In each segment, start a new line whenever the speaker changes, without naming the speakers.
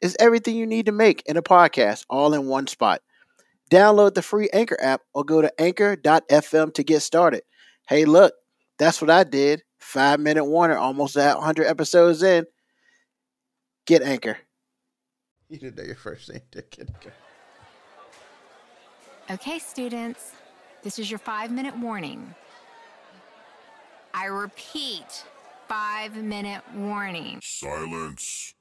It's everything you need to make in a podcast all in one spot. Download the free Anchor app or go to anchor.fm to get started. Hey, look, that's what I did. Five Minute Warner, almost at 100 episodes in. Get Anchor.
You didn't know your first name, did you?
Okay, students, this is your five minute warning. I repeat, five minute warning.
Silence.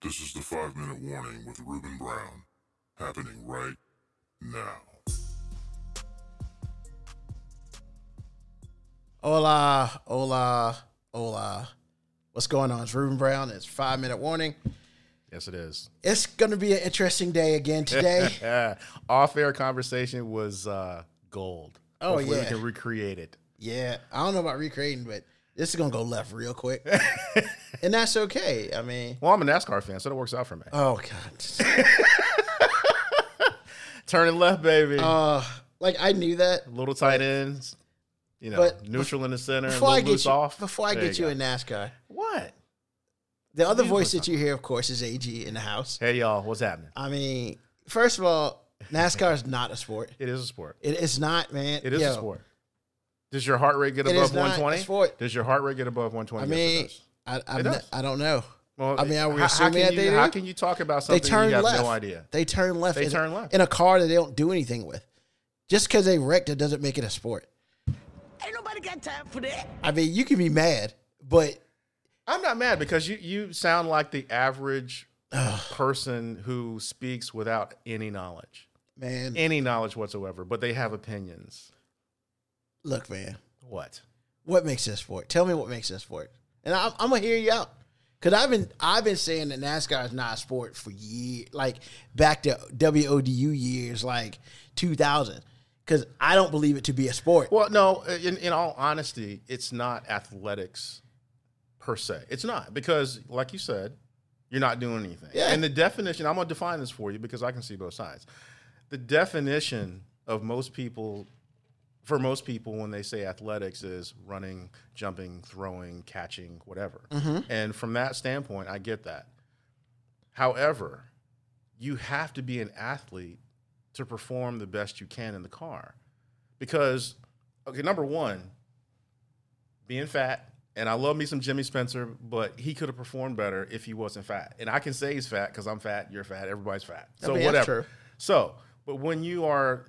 This is the five minute warning with Reuben Brown, happening right now.
Hola, hola, hola. What's going on? It's Ruben Brown. It's five minute warning.
Yes, it is.
It's going to be an interesting day again today.
Yeah. Off air conversation was uh, gold.
Oh,
Hopefully
yeah.
We can recreate it.
yeah, I don't know about recreating, but this is going to go left real quick. and that's okay. I mean,
Well, I'm a NASCAR fan, so that works out for me.
oh, God.
Turning left, baby.
Uh, like, I knew that.
little tight ends. You know,
but
neutral in the center. and
Before I
little
get
loose
you,
off.
before I
There
get you,
go.
in NASCAR,
What?
the other
Beautiful
voice that you hear, of course, is AG in the house.
Hey, y'all. What's happening?
I mean, first of all, NASCAR is not a sport.
It is a sport.
It is not, man.
It is
Yo,
a sport. Does your heart rate get
It is
above
not a
120?
sport.
Does your heart rate get above
I
120? Yes, it
mean,
does.
I, I'm
It
not,
does.
I don't know.
well,
I mean, I
how-
we're
how,
assuming
can
that
you,
they
how
do?
can you talk about
They
something
turn
you have
left.
no idea?
They turn left.
They
in-
turn left.
in a car that they don't do anything with. Just because they wrecked it doesn't make it a sport.
Ain't nobody got time for that.
I mean, you can be mad, but
I'm not mad because you you sound like the average person who speaks without any knowledge,
man,
any knowledge whatsoever, but they have opinions.
look, man,
What?
what makes this sport? Tell me what makes this sport, and I'm, I'm gonna hear you out. Cause I've been I've been saying that NASCAR is not a sport for years, like back to WODU years, like 2000. Cause I don't believe it to be a sport.
Well, no, in, in all honesty, it's not athletics per se. It's not because, like you said, you're not doing anything.
Yeah.
And the definition, I'm going to define this for you because I can see both sides. The definition of most people, for most people, when they say athletics is running, jumping, throwing, catching, whatever.
Mm-hmm.
And from that standpoint, I get that. However, you have to be an athlete to perform the best you can in the car because okay, number one, being fat, and I love me some Jimmy Spencer, but he could have performed better if he wasn't fat. And I can say he's fat because I'm fat, you're fat, everybody's fat. So
mean, that's
whatever.
true.
So, but when you are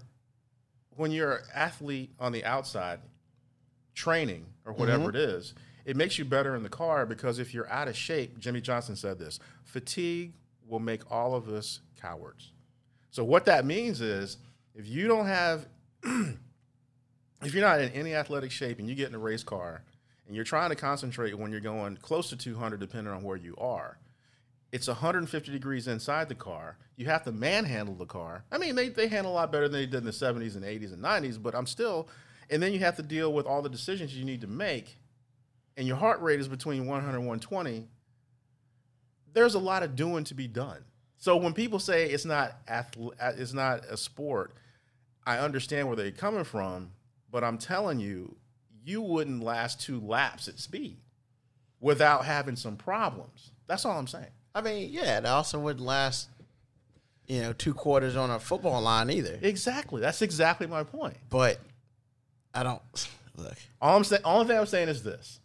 when you're an athlete on the outside, training or whatever it is, it makes you better in the car because if you're out of shape, Jimmy Johnson said this, fatigue will make all of us cowards. So what that means is if you don't have if you're not in any athletic shape and you get in a race car and you're trying to concentrate when you're going close to 200 depending on where you are it's 150 degrees inside the car you have to manhandle the car i mean they, they handle a lot better than they did in the 70s and 80s and 90s but i'm still and then you have to deal with all the decisions you need to make and your heart rate is between 100 and 120 there's a lot of doing to be done so when people say it's not athle- it's not a sport I understand where they're coming from, but I'm telling you, you wouldn't last two laps at speed without having some problems. That's all I'm saying.
I mean, yeah, it also wouldn't last, you know, two quarters on a football line either.
Exactly. That's exactly my point.
But I don't look.
All I'm saying, only thing I'm saying is this: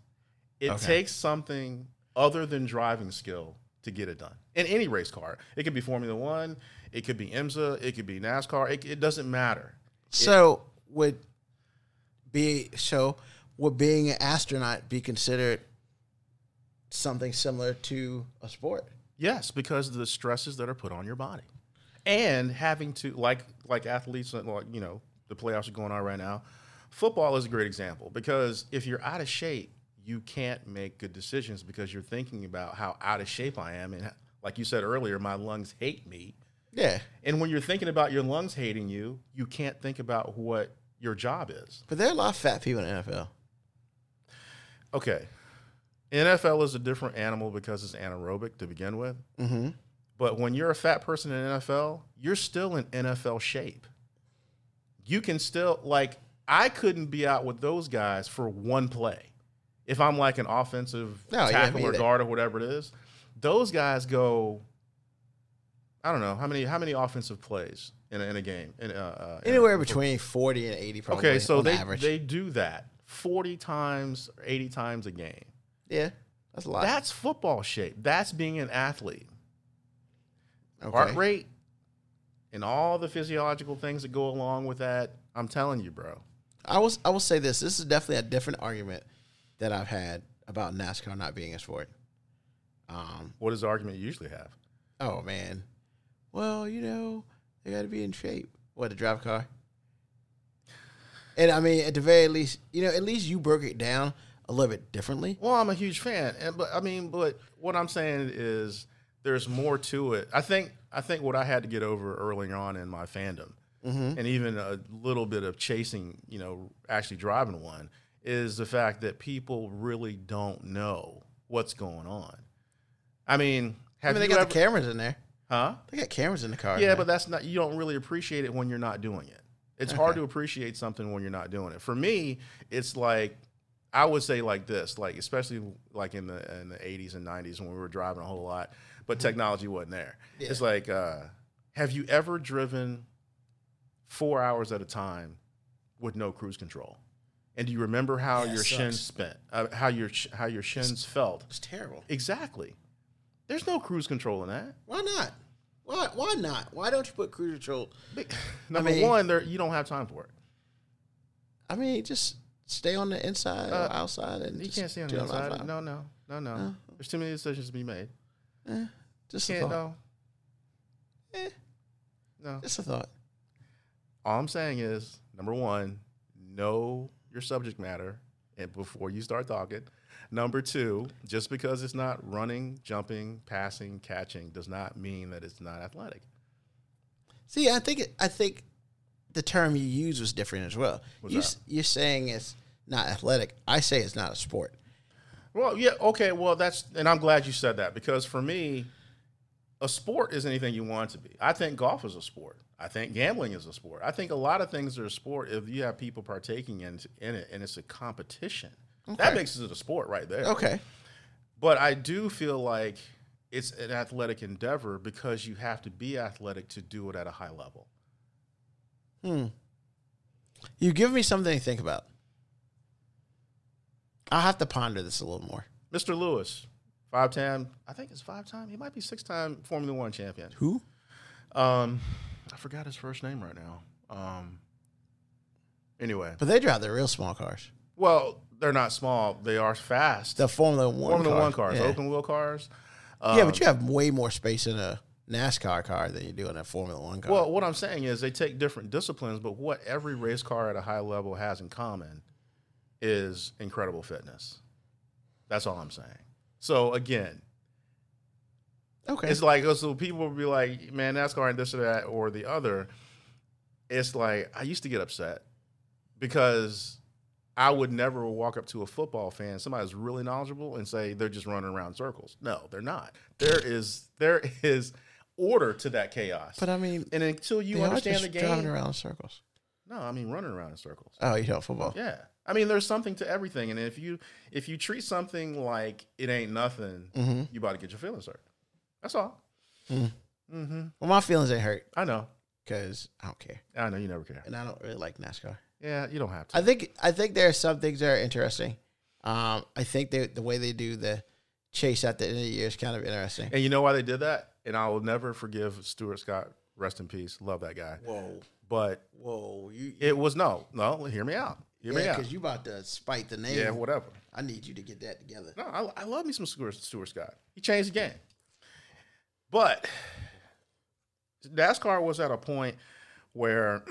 it
Okay.
takes something other than driving skill to get it done in any race car. It could be Formula One, it could be IMSA, it could be NASCAR. It, it doesn't matter.
So would be so would being an astronaut be considered something similar to a sport?
Yes, because of the stresses that are put on your body, and having to like like athletes, like you know, the playoffs are going on right now. Football is a great example because if you're out of shape, you can't make good decisions because you're thinking about how out of shape I am, and like you said earlier, my lungs hate me.
Yeah.
And when you're thinking about your lungs hating you, you can't think about what your job is.
But there are a lot of fat people in the NFL.
Okay, NFL is a different animal because it's anaerobic to begin with.
Mm-hmm.
But when you're a fat person in NFL, you're still in NFL shape. You can still like I couldn't be out with those guys for one play. If I'm like an offensive
No, yeah,
tackle
me
or
either.
guard or whatever it is, those guys go I don't know how many how many offensive plays in a, in a game in, uh, uh, in a-
Anywhere between 40 and 80 probably
Okay, so
on
they
average.
they do that 40 times or 80 times a game.
yeah. That's a lot.
That's football shape. That's being an athlete.
okay.
heart rate and all the physiological things that go along with that. I'm telling you, bro.
I was I will say this. This is definitely a different argument that I've had about NASCAR not being a sport. Um,
What does the argument you usually have?
oh man. Well, you know, they gotta be in shape. What, to drive a car? And I mean, at the very least, you know, at least you broke it down a little bit differently.
Well, I'm a huge fan, and but I mean, but what I'm saying is there's more to it. I think I think what I had to get over early on in my fandom, and even a little bit of chasing, you know, actually driving one, is the fact that people really don't know what's going on. I mean,
I
have
mean, they
you
got
ever,
the cameras in there.
huh?
They got cameras in the car.
Yeah,
man.
but that's not you don't really appreciate it when you're not doing it. It's hard to appreciate something when you're not doing it. For me, it's like I would say like this, like especially like in the in the 80s and 90s when we were driving a whole lot, but
Mm-hmm.
technology wasn't there. It's like uh have you ever driven 4 hours at a time with no cruise control? And do you remember how
Yeah, it
your shins spent? Uh, how your sh- how your shins felt?
it's terrible.
Exactly. There's no cruise control in that.
Why not? Why why not? Why don't you put cruise control?
Number
mean-
one, there you don't have time for it.
I mean, just stay on the inside
Uh,
or outside, and
You
just
can't stay on
do it
the
on
inside.
outside. Uh-huh.
No, no, no, no. There's too many decisions to be made.
Eh, just a thought.
Can't no.
Eh,
No.
just a thought.
All I'm saying is, number one, know your subject matter and before you start talking. Number two, just because it's not running, jumping, passing, catching does not mean that it's not athletic.
See, I think it- I think the term you use was different as well.
What's
You
that?
s- you're saying it's not athletic. I say it's not a sport.
Well, yeah, okay, well that's and I'm glad you said that because for me, a sport is anything you want it to be. I think golf is a sport. I think gambling is a sport. I think a lot of things are a sport if you have people partaking in, in it and it's a competition. That makes it a sport right there.
Okay,
But I do feel like it's an athletic endeavor because you have to be athletic to do it at a high level.
Hmm. you give me something to think about. I'll have to ponder this a little more.
Mr. Lewis, five time, I think it's five time, he might be six time Formula One champion.
Who?
Um, I forgot his first name right now. Um, anyway,
But they drive the real small cars.
well, they're not small; they are fast.
The Formula One.
Formula
cars.
One cars,
Yeah.
open wheel cars. Um,
yeah, but you have way more space in a NASCAR car than you do in a Formula One car.
Well, what I'm saying is they take different disciplines, but what every race car at a high level has in common is incredible fitness. That's all I'm saying. So again,
okay.
It's like so people will be like, man, NASCAR and this or that or the other. It's like I used to get upset because I would never walk up to a football fan, somebody's really knowledgeable, and say they're just running around in circles. No, they're not. There is there is order to that chaos.
but I mean,
and until you
they are
understand
just
the
driving
game,
around in circles.
no, I mean running around in circles.
Oh, you know football.
Yeah. I mean, there's something to everything, and if you if you treat something like it ain't nothing,
Mm-hmm.
you about to get your feelings hurt. That's all. Mm-hmm.
Well, my feelings ain't hurt
I know.
because I don't care,
I know you never care.
and I don't really like NASCAR.
Yeah, you don't have to.
I think I think there are some things that are interesting. Um, I think they, the way they do the chase at the end of the year is kind of interesting.
and you know why they did that? And I will never forgive Stuart Scott. Rest in peace. Love that guy.
Whoa,
But
whoa, you
it was no, no. Hear me out. Hear me
yeah,
out.
because you about to spite the name.
yeah, whatever.
I need you to get that together.
No, I, I love me some Stuart, Stuart Scott. He changed the game. But NASCAR was at a point where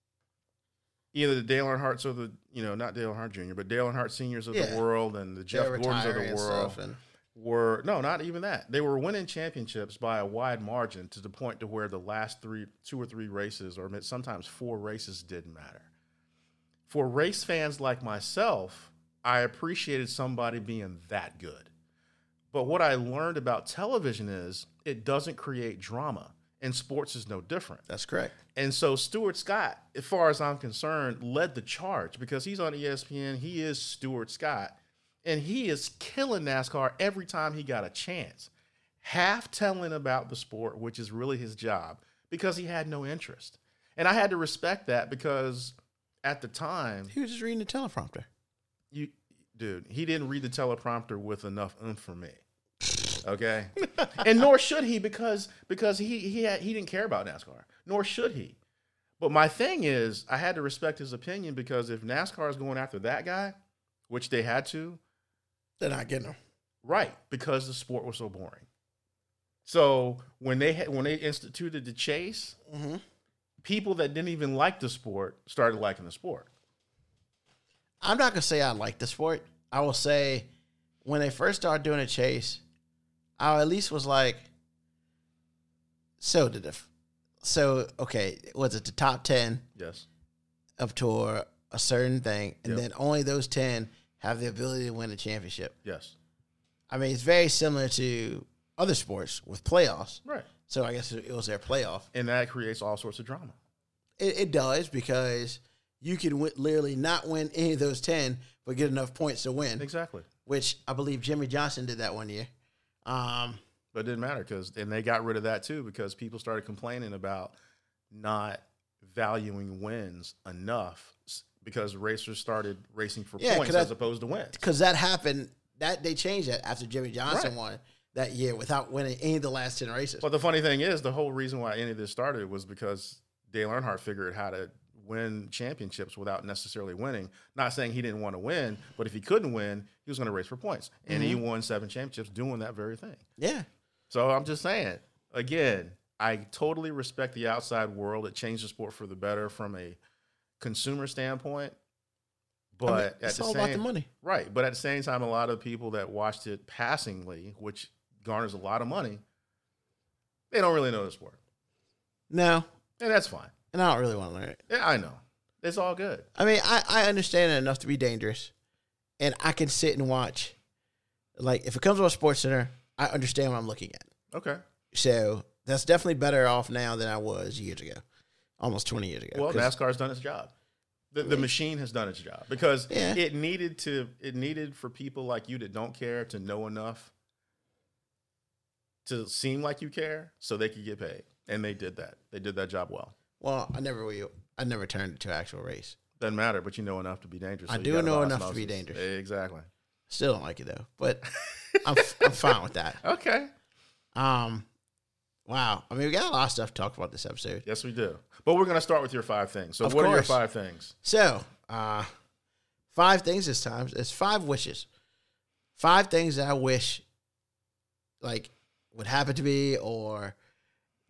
either the Dale Earnhardts or the you know not Dale Earnhardt Jr. but Dale Earnhart seniors of
Yeah.
the world and the Jeff
They're
Gordons of
retiring
the
and
world
stuff, and-
were no, not even that. They were winning championships by a wide margin to the point to where the last three, two or three races, or sometimes four races, didn't matter. For race fans like myself, I appreciated somebody being that good. But what I learned about television is it doesn't create drama, and sports is no different.
That's correct.
And so Stuart Scott, as far as I'm concerned, led the charge because he's on E ESPN. He is Stuart Scott. And he is killing NASCAR every time he got a chance, half telling about the sport, which is really his job, because he had no interest. And I had to respect that because at the time,
He was just reading the teleprompter.
you dude, he didn't read the teleprompter with enough oomph for me. Okay? and nor should he because because he he had, he didn't care about NASCAR. Nor should he. But my thing is I had to respect his opinion because if NASCAR is going after that guy, which they had to,
They're not getting him.
right, because the sport was so boring. So when they had, when they instituted the chase,
Mhm.
people that didn't even like the sport started liking the sport.
I'm not gonna say I like the sport. I will say when they first started doing a chase, I at least was like, so did the, f- so okay, was it the top ten
Yes.
of tour a certain thing, and
Yep.
then only those ten have the ability to win a championship.
Yes.
I mean, it's very similar to other sports with playoffs.
Right.
So I guess it was their playoff.
And that creates all sorts of drama.
It, it does because you can win, literally not win any of those ten, but get enough points to win.
Exactly.
which I believe Jimmy Johnson did that one year. Um,
But it didn't matter because, and they got rid of that too because people started complaining about not valuing wins enough s- because racers started racing for
Yeah, 'cause
points
I-
as opposed to wins.
because that happened that they changed that after Jimmy Johnson
Right.
won that year without winning any of the last ten races.
But the funny thing is, the whole reason why any of this started was because Dale Earnhardt figured how to win championships without necessarily winning. Not saying he didn't want to win, but if he couldn't win, he was going to race for points. And
Mm-hmm.
he won seven championships doing that very thing.
yeah,
So I'm just saying, again, I totally respect the outside world. It changed the sport for the better from a consumer standpoint. But
I mean,
at
it's
the
all
same,
about the money.
Right. But at the same time, a lot of people that watched it passingly, which garners a lot of money, they don't really know the sport.
no,
And that's fine.
and I don't really want to learn it.
Yeah, I know. It's all good.
I mean, I, I understand it enough to be dangerous, and I can sit and watch. Like if it comes to a sports center, I understand what I'm looking at.
Okay.
So that's definitely better off now than I was years ago, almost twenty years ago.
Well,
'Cause-
NASCAR's done its job. The, the machine has done its job because
Yeah.
it needed to. It needed for people like you that don't care to know enough to seem like you care, so they could get paid, and they did that. They did that job well.
well, I never will. I never turned it to actual race.
Doesn't matter, but you know enough to be dangerous.
I
you
do
got it
know
by
enough to be
osmosis.
dangerous.
Exactly.
Still don't like it though, but I'm, I'm fine with that.
Okay.
Um, wow. I mean, we got a lot of stuff to talk about this episode.
Yes, we do. But we're gonna start with your five things. So,
Of
what are your
course.
five things?
So, uh, five things this time. It's five wishes. Five things that I wish, like, would happen to me or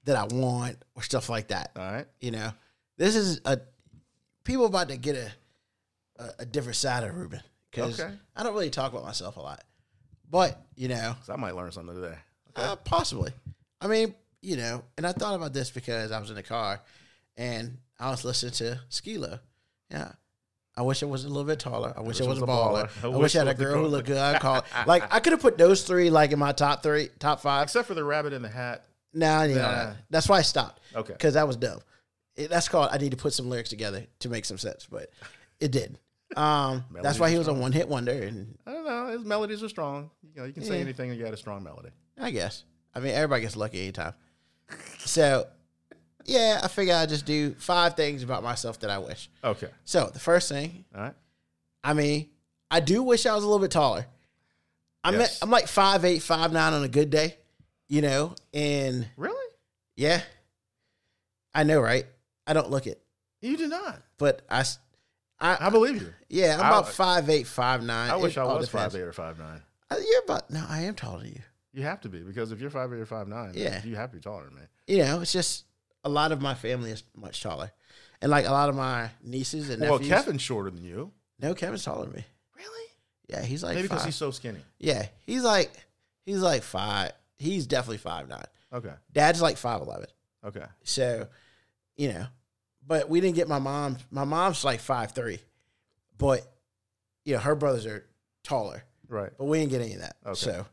that I want or stuff like that.
All right.
You know, this is a people about to get a a, a different side of Ruben because
Okay.
I don't really talk about myself a lot, but you know,
'Cause I might learn something today.
Uh, possibly. I mean, you know, and I thought about this because I was in the car and I was listening to Skilo. Yeah. I wish I was a little bit taller. I wish I was a baller. I, wish I had a
was the
girl who
goat.
looked good. I'd call it. Like, I could have put those three, like, in my top three, top five.
Except for the rabbit in the hat.
No, you know,
Nah.
that's why I stopped.
Okay.
Because that was dumb. It, that's called, I need to put some lyrics together to make some sense, but it did. Um, that's
Melodies
why he
are
was a
strong.
one hit wonder. And
I don't know. His melodies are strong. You know, you can say
Yeah.
anything and you got a strong melody.
I guess. I mean, everybody gets lucky anytime. So, yeah, I figure I just do five things about myself that I wish.
Okay.
So, the first thing,
All right.
I mean, I do wish I was a little bit taller. I'm at-
Yes.
I'm like five eight, five nine on a good day, you know. And
Really?
yeah, I know, right? I don't look it,
You do not.
but I, s- I-
I believe you.
yeah, I'm
I-
about five eight, five nine.
I wish I was
five
five
eight.
eight or five nine.
Uh, You're about no, I am taller than you.
You have to be because if you're five eight or five nine,
Yeah.
you have to be taller than me.
you know, it's just a lot of my family is much taller, and like a lot of my nieces and
Well,
nephews.
Kevin's shorter than you.
No, Kevin's taller than me.
Really?
Yeah, he's like
Maybe
five.
because he's so skinny.
yeah, he's like he's like five. He's definitely five nine.
Okay.
Dad's like five eleven.
Okay.
So, you know, but we didn't get my mom. My mom's like five three, but you know her brothers are taller.
Right.
But we didn't get any of that.
Okay.
So,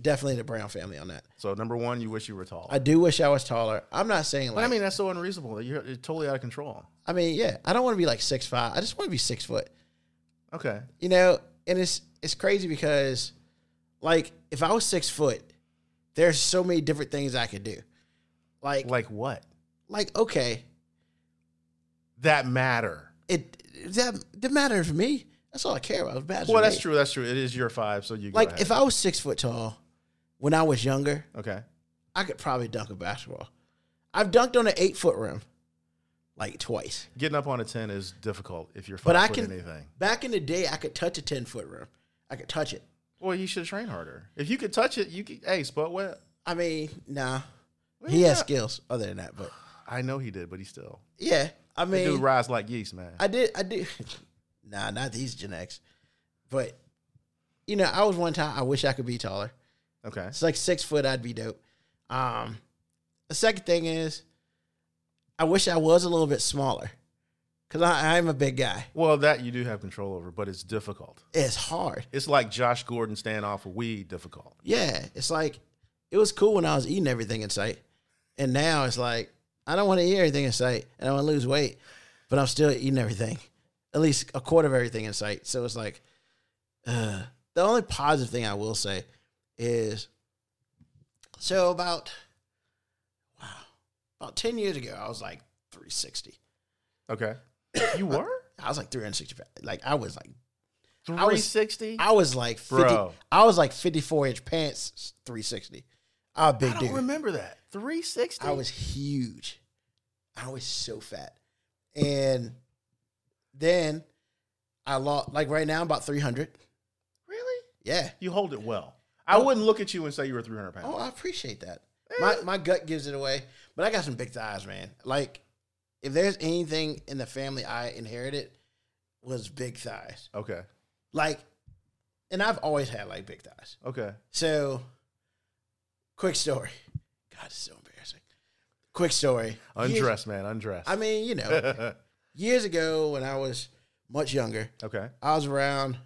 definitely the Brown family on that.
So number one, you wish you were tall.
I do wish I was taller. I'm not saying like
but I mean, that's so unreasonable. You're, you're totally out of control.
I mean, yeah, I don't want to be like six five. I just want to be six foot.
Okay.
You know, and it's it's crazy because like if I was six foot, there's so many different things I could do. Like like,
Like what?
okay,
That matter.
it that that matters to me. That's all I care about. It matters to
Well, that's
me.
true. That's true. It is your five, so you go
Like
ahead.
if I was six foot tall when I was younger,
okay.
I could probably dunk a basketball. I've dunked on an eight foot rim like twice.
Getting up on a ten is difficult if you're five
But I
foot
can-
anything.
Back in the day, I could touch a ten foot rim. I could touch it.
Well, you should train harder. If you could touch it, you could. Hey, Spud, what?
I mean, nah.
Well,
He
yeah.
has skills other than that, but
I know he did, but he still.
yeah. I
They do
mean,
rise like yeast, man.
I did, I did. Nah, not these Gen X, but you know, I was one time. I wish I could be taller.
okay.
It's like six foot. I'd be dope. Um, the second thing is, I wish I was a little bit smaller, cause I, I'm a big guy.
Well, that you do have control over, but it's difficult.
It's hard.
It's like Josh Gordon standing off of weed difficult.
Yeah, it's like it was cool when I was eating everything in sight, and now it's like I don't want to eat everything in sight, and I want to lose weight, but I'm still eating everything, at least a quarter of everything in sight. So it's like uh, the only positive thing I will say is so about wow about ten years ago I was like 360.
Okay. You were?
I was like 365. Like I was like
360? I,
I was like 50,
Bro.
I was like 54 inch pants 360. I'm a big
don't
dude.
remember that. 360?
I was huge. I was so fat. And then I lost, like right now, I'm about 300.
Really?
Yeah.
You hold it well. I wouldn't look at you and say you were 300 pounds.
Oh, I appreciate that. My, my gut gives it away, but I got some big thighs, man. Like, if there's anything in the family I inherited, was big thighs.
Okay.
Like, and I've always had like big thighs.
Okay.
So, quick story. God, it's so embarrassing. Quick story. Years-
Undress, man. Undress.
I mean, you know, years ago when I was much younger,
okay.
I was around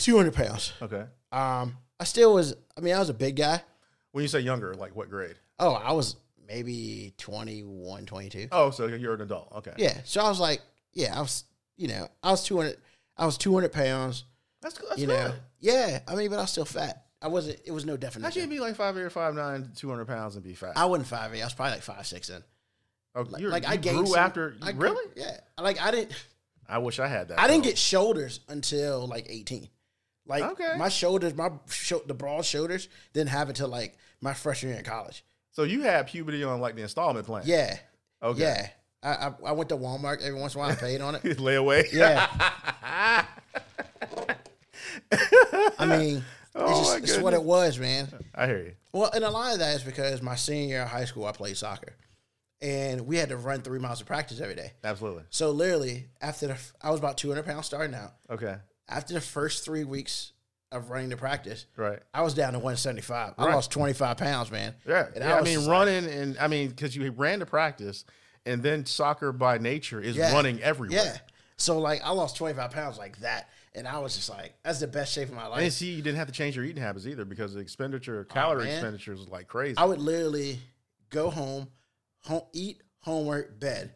200 pounds.
Okay.
Um, I still was, I mean, I was a big guy.
When you say younger, like what grade?
Oh, I was maybe 21, 22.
Oh, so you're an adult. Okay.
Yeah. So I was like, yeah, I was, you know, I was 200, I was 200 pounds,
That's, that's
you
good.
know. Yeah. I mean, but I was still fat. I wasn't, it was no
How can you
definition.
be like 5'8", 5'9", 200 pounds and be fat?
I wasn't 5'8, I was probably like 5'6 then.
Oh,
Like,
you're-
like
you
I gained
grew
some-
after.
I grew-
really?
yeah. Like I didn't,
I wish I had that.
I didn't
though.
get shoulders until like 18. Like
Okay.
my shoulders, my sho the broad shoulders didn't have until like my freshman year in college.
So you had puberty on like the installment plan.
Yeah.
Okay.
Yeah. I, I, I went to Walmart every once in a while. I paid on it.
Layaway.
Yeah. I mean,
Oh,
it's,
my
just, it's what
goodness.
it was, man.
I hear you.
Well, and a lot of that is because my senior year of high school, I played soccer, and we had to run three miles of practice every day.
Absolutely.
So literally, after the, I was about 200 pounds starting out.
Okay.
After the first three weeks of running the practice,
Right.
I was down to 175. I
Right.
lost 25 pounds, man.
Yeah.
And
yeah I,
was
mean,
just
running and I mean, because you ran to practice, and then soccer by nature is
Yeah.
running
like,
everywhere.
yeah. So, like, I lost 25 pounds like that. And I was just like, that's the best shape of my
I didn't
life.
see you didn't have to change your eating habits either because the expenditure, calorie
man.
expenditure is like crazy.
I would literally go home, home, eat, homework, bed.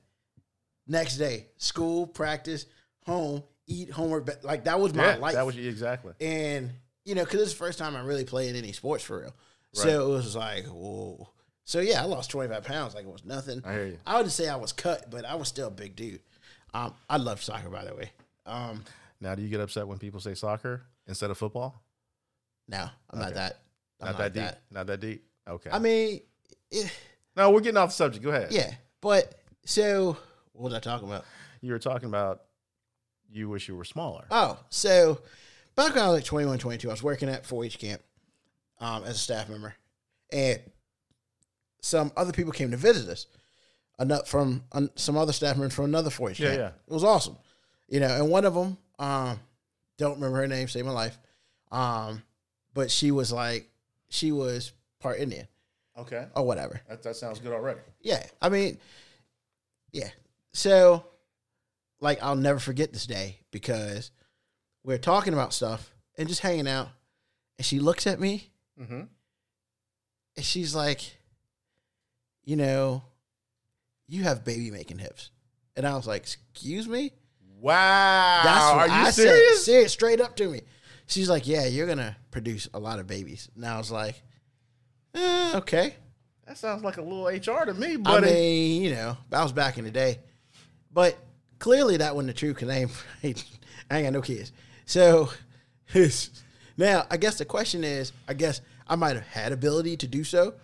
Next day, school, practice, home, eat, homework, bed. Like, that was my
yeah,
life.
that was exactly.
and you know, because it's the first time I really played any sports for real. So it was like, whoa. So yeah, I lost 25 pounds like it was nothing.
I hear you.
I would say I was cut, but I was still a big dude. Um, I love soccer, by the way. Um,
Now, do you get upset when people say soccer instead of football?
no, I'm not that. I'm
Not, that deep. Not that deep. Okay.
I mean, it,
no, we're getting off the subject. Go ahead.
yeah, but so what was I talking about?
You were talking about you wish you were smaller.
Oh, so back when I was like 21, 22, I was working at 4 H camp um, as a staff member. And some other people came to visit us, enough from um, some other staff members from another 4-H.
Yeah,
camp.
yeah.
It was awesome, you know. And one of them, um, don't remember her name, saved my life. Um, but she was like, she was part Indian
Okay.
or whatever.
That, that sounds good already.
Yeah, I mean, yeah. So, like, I'll never forget this day because we're talking about stuff and just hanging out, and she looks at me
Mm-hmm.
and she's like, you know, you have baby making hips. And I was like, excuse me?
Wow.
That's
Are
what
you
I
serious?
said. Serious, straight up to me. She's like, yeah, you're going to produce a lot of babies. And I was like, eh, okay.
That sounds like a little HR to me, buddy.
I mean, you know, that was back in the day. But clearly that wasn't the truth because I ain't, I ain't got no kids. So now I guess the question is, I guess I might have had ability to do so,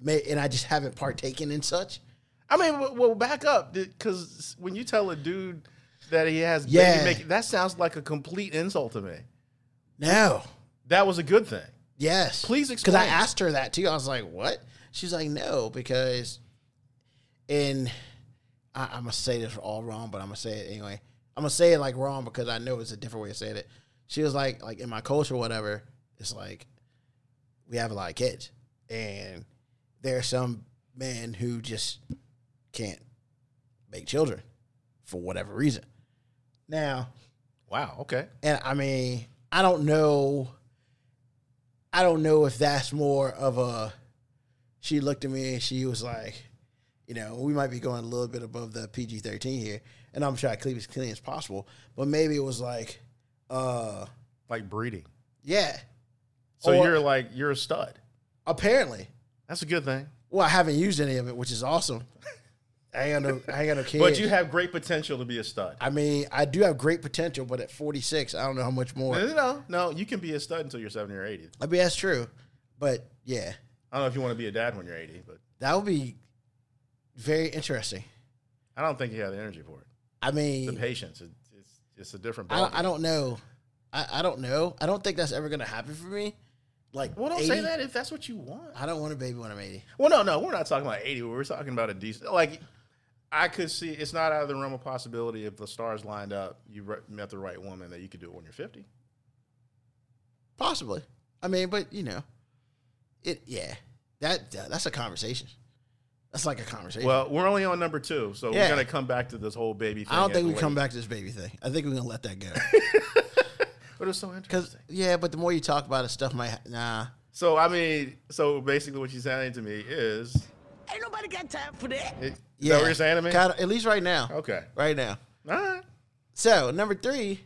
may, and I just haven't partaken in such.
I mean, well, well, back up because when you tell a dude that he has
Yeah.
baby making, that sounds like a complete insult to me.
No.
That was a good thing.
Yes.
Please
Because I
explain.
asked her that too. I was like, what? She's like, no, because in I, I'm gonna say this all wrong, but I'm gonna say it anyway. I'm gonna say it like wrong because I know it's a different way of saying it. She was like, like in my culture, whatever, it's like we have a lot of kids. And there are some men who just can't make children for whatever reason. Now,
Wow. Okay.
and I mean, I don't know. I don't know if that's more of a. She looked at me and she was like, you know, we might be going a little bit above the PG thirteen here, and I'm trying to keep it as clean as possible. But maybe it was like, uh,
Like breeding.
yeah,
So
Or-
you're like you're a stud.
apparently.
That's a good thing.
Well, I haven't used any of it, which is awesome. I ain't got no, I ain't got no kids.
But you have great potential to be a stud.
I mean, I do have great potential, but at 46, I don't know how much more.
No, no, no, no. You can be a stud until you're 70 or 80.
I mean, that's true, but yeah,
I don't know if you want to be a dad when you're 80, but
that would be very interesting.
I don't think you have the energy for it.
I
The
mean,
patience, it, it's it's a different.
I,
ballgame.
I don't know. I, I don't know. I don't think that's ever gonna happen for me. Like,
Well, don't say
80
that if that's what you want.
I don't want a baby when I'm 80.
Well, no, no, we're not talking about 80. We're talking about a decent. Like, I could see it's not out of the realm of possibility if the stars lined up, you re- met the right woman that you could do it when you're 50.
Possibly. I mean, but you know, it. Yeah, that, that- that's a conversation. That's like a conversation.
Well, we're only on number two, so
Yeah.
we're gonna come back to this whole baby. thing
I don't
at
think we
the
come
late.
back to this baby thing. I think we're gonna let that go.
But it's so
Cause
interesting.
yeah, but the more you talk about it, stuff might ha- nah.
So I mean, so basically, what you're saying to me is,
Ain't nobody got time for that.
it, is
Yeah,
that what you're saying to me?
Kinda, at least right now.
Okay.
Right now.
All right.
So number three,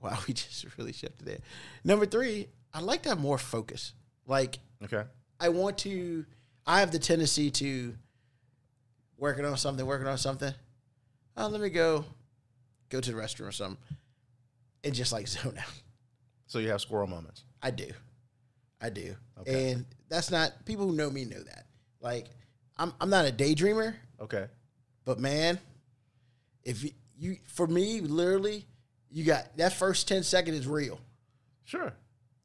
wow, we just really shifted it. Number three, I'd like to have more focus. Like
Okay.
I want to. I have the tendency to working on something, working on something. Oh, let me go, go to the restroom or something, and just like zone out.
So you have squirrel moments.
I do, I do,
Okay.
and that's not people who know me know that. Like, I'm I'm not a daydreamer,
Okay.
but man, if you, you for me literally, you got that first ten second is real,
Sure.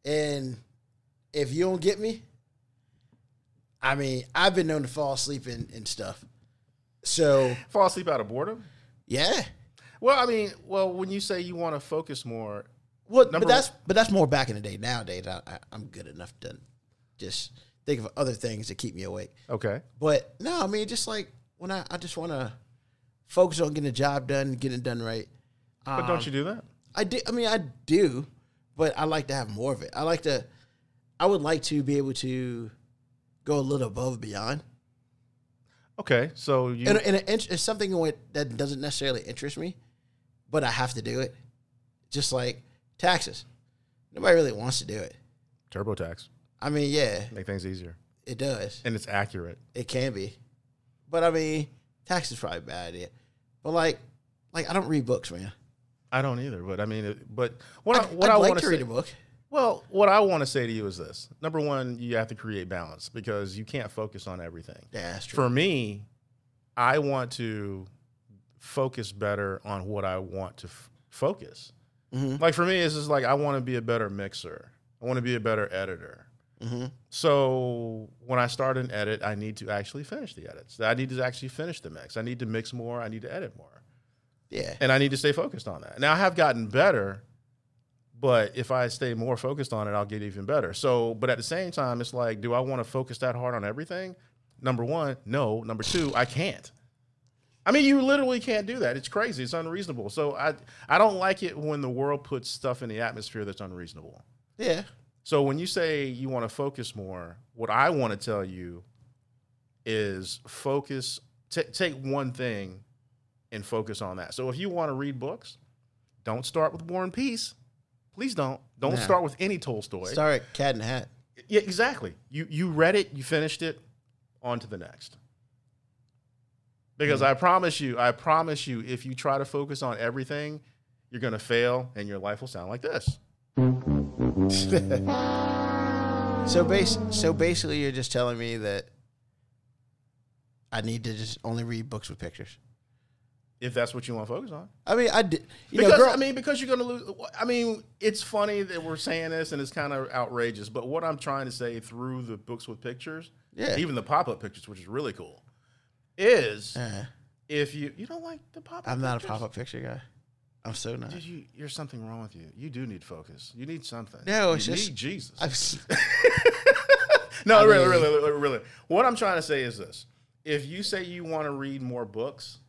and if you don't get me, I mean, I've been known to fall asleep and, and stuff. So
Fall asleep out of boredom.
yeah,
Well, I mean, well, when you say you want to focus more,
well,
Number-
but that's but that's more back in the day. Nowadays, I, I, I'm good enough to just think of other things to keep me awake.
okay,
But no, I mean, just like when I, I just want to focus on getting the job done, getting it done right.
but
Um,
don't you do that?
I do. I mean, I do, but I like to have more of it. I like to. I would like to be able to go a little above and beyond,
Okay, so you
and, and it, int- it's something what- that doesn't necessarily interest me, but I have to do it. Just like taxes, nobody really wants to do it.
TurboTax
I mean, yeah,
make things easier,
it does.
and it's accurate.
It can be, but I mean, taxes probably a bad idea. But like, like I don't read books, man.
I don't either, but I mean, it- but what I,
I'd-
what
I'd
I
like
want
to
to
read
say,
a book.
well, what I want to say to you is this: number one, you have to create balance because you can't focus on everything.
Yeah, that's true.
For me, I want to focus better on what I want to f- focus. Like for me, it's just like I want to be a better mixer. I want to be a better editor. So when I start an edit, I need to actually finish the edits. I need to actually finish the mix. I need to mix more. I need to edit more.
Yeah.
And I need to stay focused on that. Now I have gotten better, but if I stay more focused on it, I'll get even better. So, but at the same time, it's like, do I want to focus that hard on everything? Number one, no. Number two, I can't. I mean, you literally can't do that. It's crazy. It's unreasonable. So I I don't like it when the world puts stuff in the atmosphere that's unreasonable.
Yeah.
So when you say you want to focus more, what I want to tell you is focus. ta- take one thing and focus on that. So if you want to read books, don't start with War and Peace. Please don't. Don't
Nah.
start with any Tolstoy.
Start at Cat in the Hat.
Yeah, exactly. You you read it, you finished it, on to the next. Because I promise you, I promise you, if you try to focus on everything, you're gonna fail, and your life will sound like this.
So base so basically you're just telling me that I need to just only read books with pictures.
If that's what you want to focus on.
I mean, I did. You
Because
know, girl,
I mean, because you're gonna lose. I mean, it's funny that we're saying this, and it's kind of outrageous. But what I'm trying to say through the books with pictures,
Yeah.
even the pop up pictures, which is really cool, is
Uh,
if you you don't like the pop up,
I'm not a pop up picture guy. I'm so not.
Dude, you, you're something wrong with you. You do need focus. You need something.
No,
you
it's just-
need Jesus.
I've s-
no,
I
really,
mean-
really, really, really. What I'm trying to say is this: if you say you want to read more books,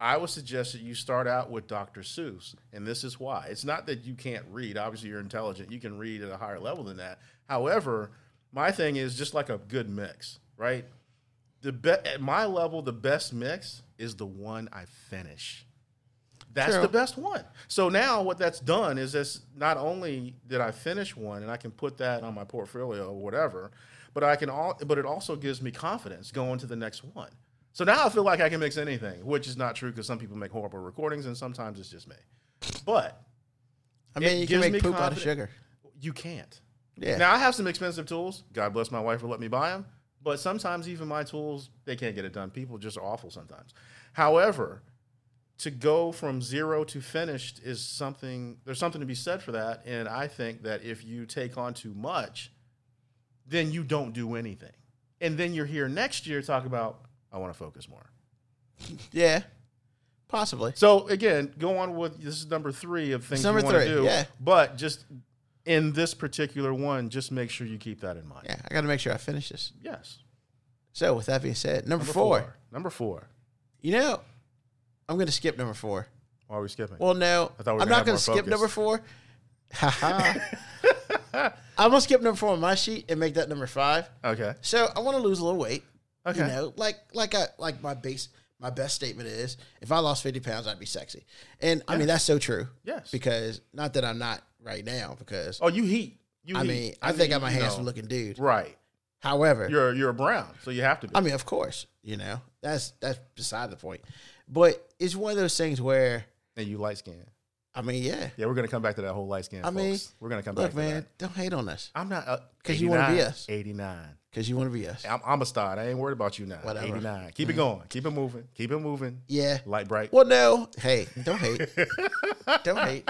I would suggest that you start out with Dr. Seuss, and this is why. It's not that you can't read. Obviously, you're intelligent. You can read at a higher level than that. However, my thing is just like a good mix, right? The be- at my level, the best mix is the one I finish. That's
True.
the best one. So now what that's done is this not only did I finish one and I can put that on my portfolio or whatever, but I can all but it also gives me confidence going to the next one. So now I feel like I can mix anything, which is not true because some people make horrible recordings and sometimes it's just me. But
I mean, you can
gives
make
me
poop out of
confidence.
sugar.
you can't.
Yeah.
Now I have some expensive tools. God bless my wife for letting me buy them. But sometimes even my tools, they can't get it done. People just are awful sometimes. However, to go from zero to finished is something. There's something to be said for that. And I think that if you take on too much, then you don't do anything. And then you're here next year talking about I want to focus more.
yeah. Possibly.
So again, go on with this is number three of things
It's number
you want
three,
to do.
yeah.
But just in this particular one, just make sure you keep that in mind.
Yeah, I got to make sure I finish this.
Yes.
So, with that being said, number,
Number
four.
Number four.
You know, I'm going to skip number four.
Why are we skipping?
Well, no,
I thought we were
I'm
gonna
not
have
going
more
to skip
focus.
number four. Haha. I'm going to skip number four on my sheet and make that number five.
okay.
So I want to lose a little weight.
Okay.
You know, like like I like my base my best statement is if I lost fifty pounds I'd be sexy, and I mean that's so true.
Yes.
Because not that I'm not right now because
Oh, you heat. You
I
heat.
mean I, think I'm a
you know.
handsome looking dude.
Right.
However,
You're you're brown, so you have to be.
I mean, of course, you know that's that's beside the point, but it's one of those things where
and you light skin.
I mean, yeah,
Yeah, we're gonna come back to that whole light skin.
I mean,
folks. we're gonna come
look,
back to
man,
that.
don't hate on us
I'm not
'Cause you wanna be us.
Eighty nine.
because you want to be us.
I'm, I'm a stud. I ain't worried about you now.
Whatever. Mm-hmm.
Eighty nine. Keep it going. Keep it moving. Keep it moving.
Yeah.
Light bright.
Well, no, hey, don't hate, don't hate.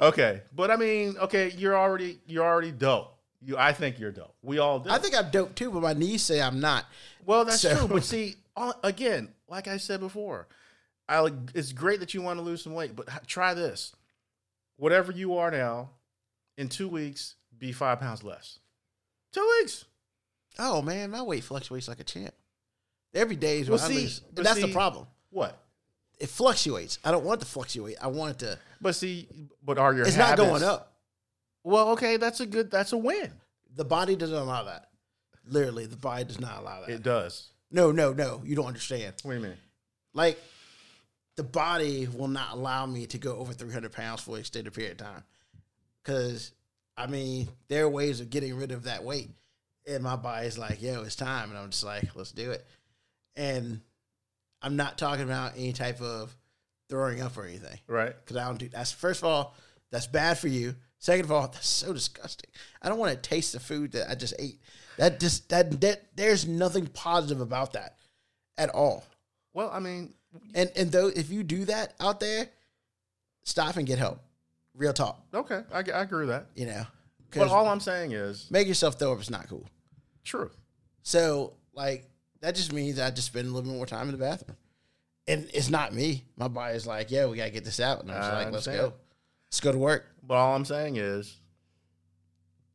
Okay, but I mean, okay, you're already you're already dope. You, I think you're dope. We all do.
I think I'm dope too, but my knees say I'm not.
Well, that's
So-
true. But see, all, again, like I said before, I like- it's great that you want to lose some weight, but h- try this. Whatever you are now, in two weeks, be five pounds less. Two weeks.
Oh man, my weight fluctuates like a champ. Every day is
Well,
when I
see-
lose.
but
And that's the
see-
problem.
What?
It fluctuates. I don't want it to fluctuate. I want it to.
But see, but are your
it's
habits,
not going up.
Well, okay, that's a good. That's a win.
The body doesn't allow that. Literally, the body does not allow that.
It does.
no, no, no. You don't understand.
What do you mean?
Like, the body will not allow me to go over 300 pounds for an extended period of time. Because, I mean, there are ways of getting rid of that weight. And my body's like, yo, it's time. And I'm just like, let's do it. And I'm not talking about any type of throwing up or anything.
Right.
Because I don't do that's first of all, that's bad for you. Second of all, that's so disgusting. I don't want to taste the food that I just ate. That just that, that there's nothing positive about that at all.
Well, I mean,
And and though if you do that out there, stop and get help. Real talk,
okay, I, g- I agree with that.
you know.
But all I'm saying is
make yourself throw up is not cool.
truth.
So like that just means I have to spend a little bit more time in the bathroom. And it's not me. My body's like, yeah, we gotta get this out. And I'm just
I
like, let's
understand.
go. Let's go to work.
But all I'm saying is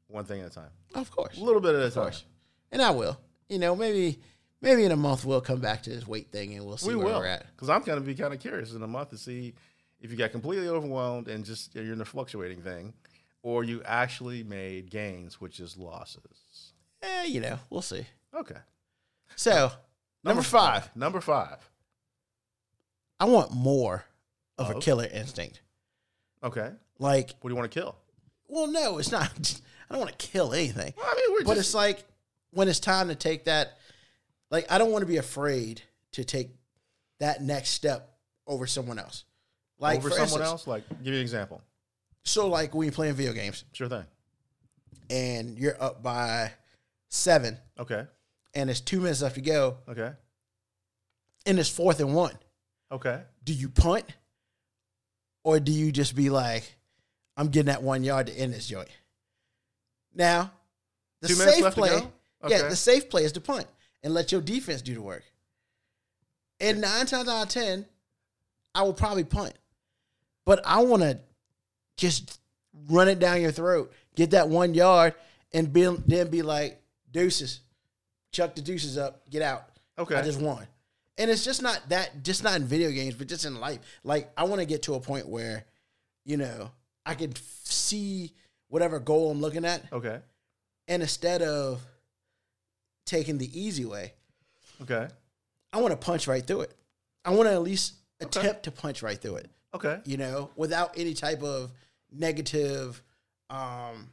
one thing at a time,
Of course.
a little bit at a
Of
time.
course. And I will. You know, maybe maybe in a month we'll come back to this weight thing and we'll see
we
where
will,
we're at.
because I'm gonna be kind of curious in a month to see if you got completely overwhelmed and just you're in the fluctuating thing, or you actually made gains, which is losses.
Eh, you know, we'll see.
Okay.
So number, five,
Number five.
I want more of a
Of?
killer instinct.
Okay.
Like,
What do you want to kill?
well, no, it's not. I don't want to kill anything.
Well, I mean, we're
but
just
it's like when it's time to take that like i don't want to be afraid to take that next step over someone else like
over
for
someone
instance,
else. Like, give me an example.
so like when you're playing video games
Sure thing.
and you're up by seven
Okay.
and it's two minutes left to go
Okay.
and it's fourth and one
Okay.
do you punt or do you just be like i'm getting that one yard to end this joint now the
Two minutes
safe
left to
play
go?
yeah
Okay.
the safe play is to punt and let your defense do the work and nine times out of ten i will probably punt but i want to just run it down your throat get that one yard and be, then be like deuces chuck the deuces up get out
Okay.
i just won and it's just not that just not in video games but just in life like i want to get to a point where you know i could f- see whatever goal i'm looking at
Okay.
and instead of taking the easy way
Okay.
i want to punch right through it i want to at least attempt to punch right through it
Okay.
you know without any type of negative um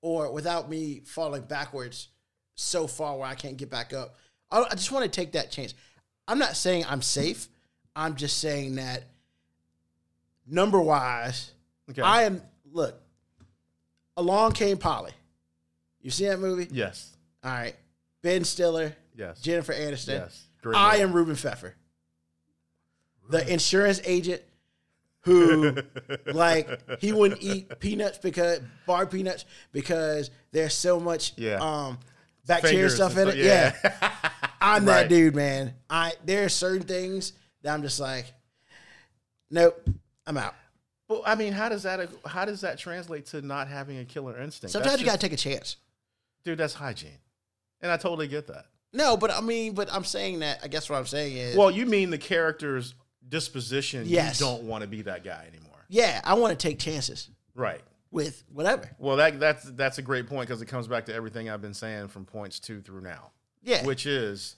or without me falling backwards so far where i can't get back up i, I just want to take that chance i'm not saying i'm safe i'm just saying that number wise
Okay.
i am look along came polly you see that movie
yes.
all right ben stiller
Yes.
jennifer aniston
Yes. Great
I
movie.
am Ruben Pfeffer, the insurance agent who, like, he wouldn't eat peanuts because bar peanuts because there's so much
Yeah.
um bacteria
Fingers
stuff in
and
it.
stuff,
Yeah, I'm that
Right.
dude, man. I there are certain things that I'm just like, nope, I'm out.
Well, I mean, how does that how does that translate to not having a killer instinct?
Sometimes
That's
you
just-
gotta take a chance.
dude. That's hygiene, and I totally get that.
No, but I mean, but I'm saying that. I guess what I'm saying is,
Well, you mean the character's disposition?
Yes.
You don't want to be that guy anymore,
yeah, I want to take chances
right?
with whatever.
Well, that that's that's a great point because it comes back to everything I've been saying from points two through now,
Yeah,
which is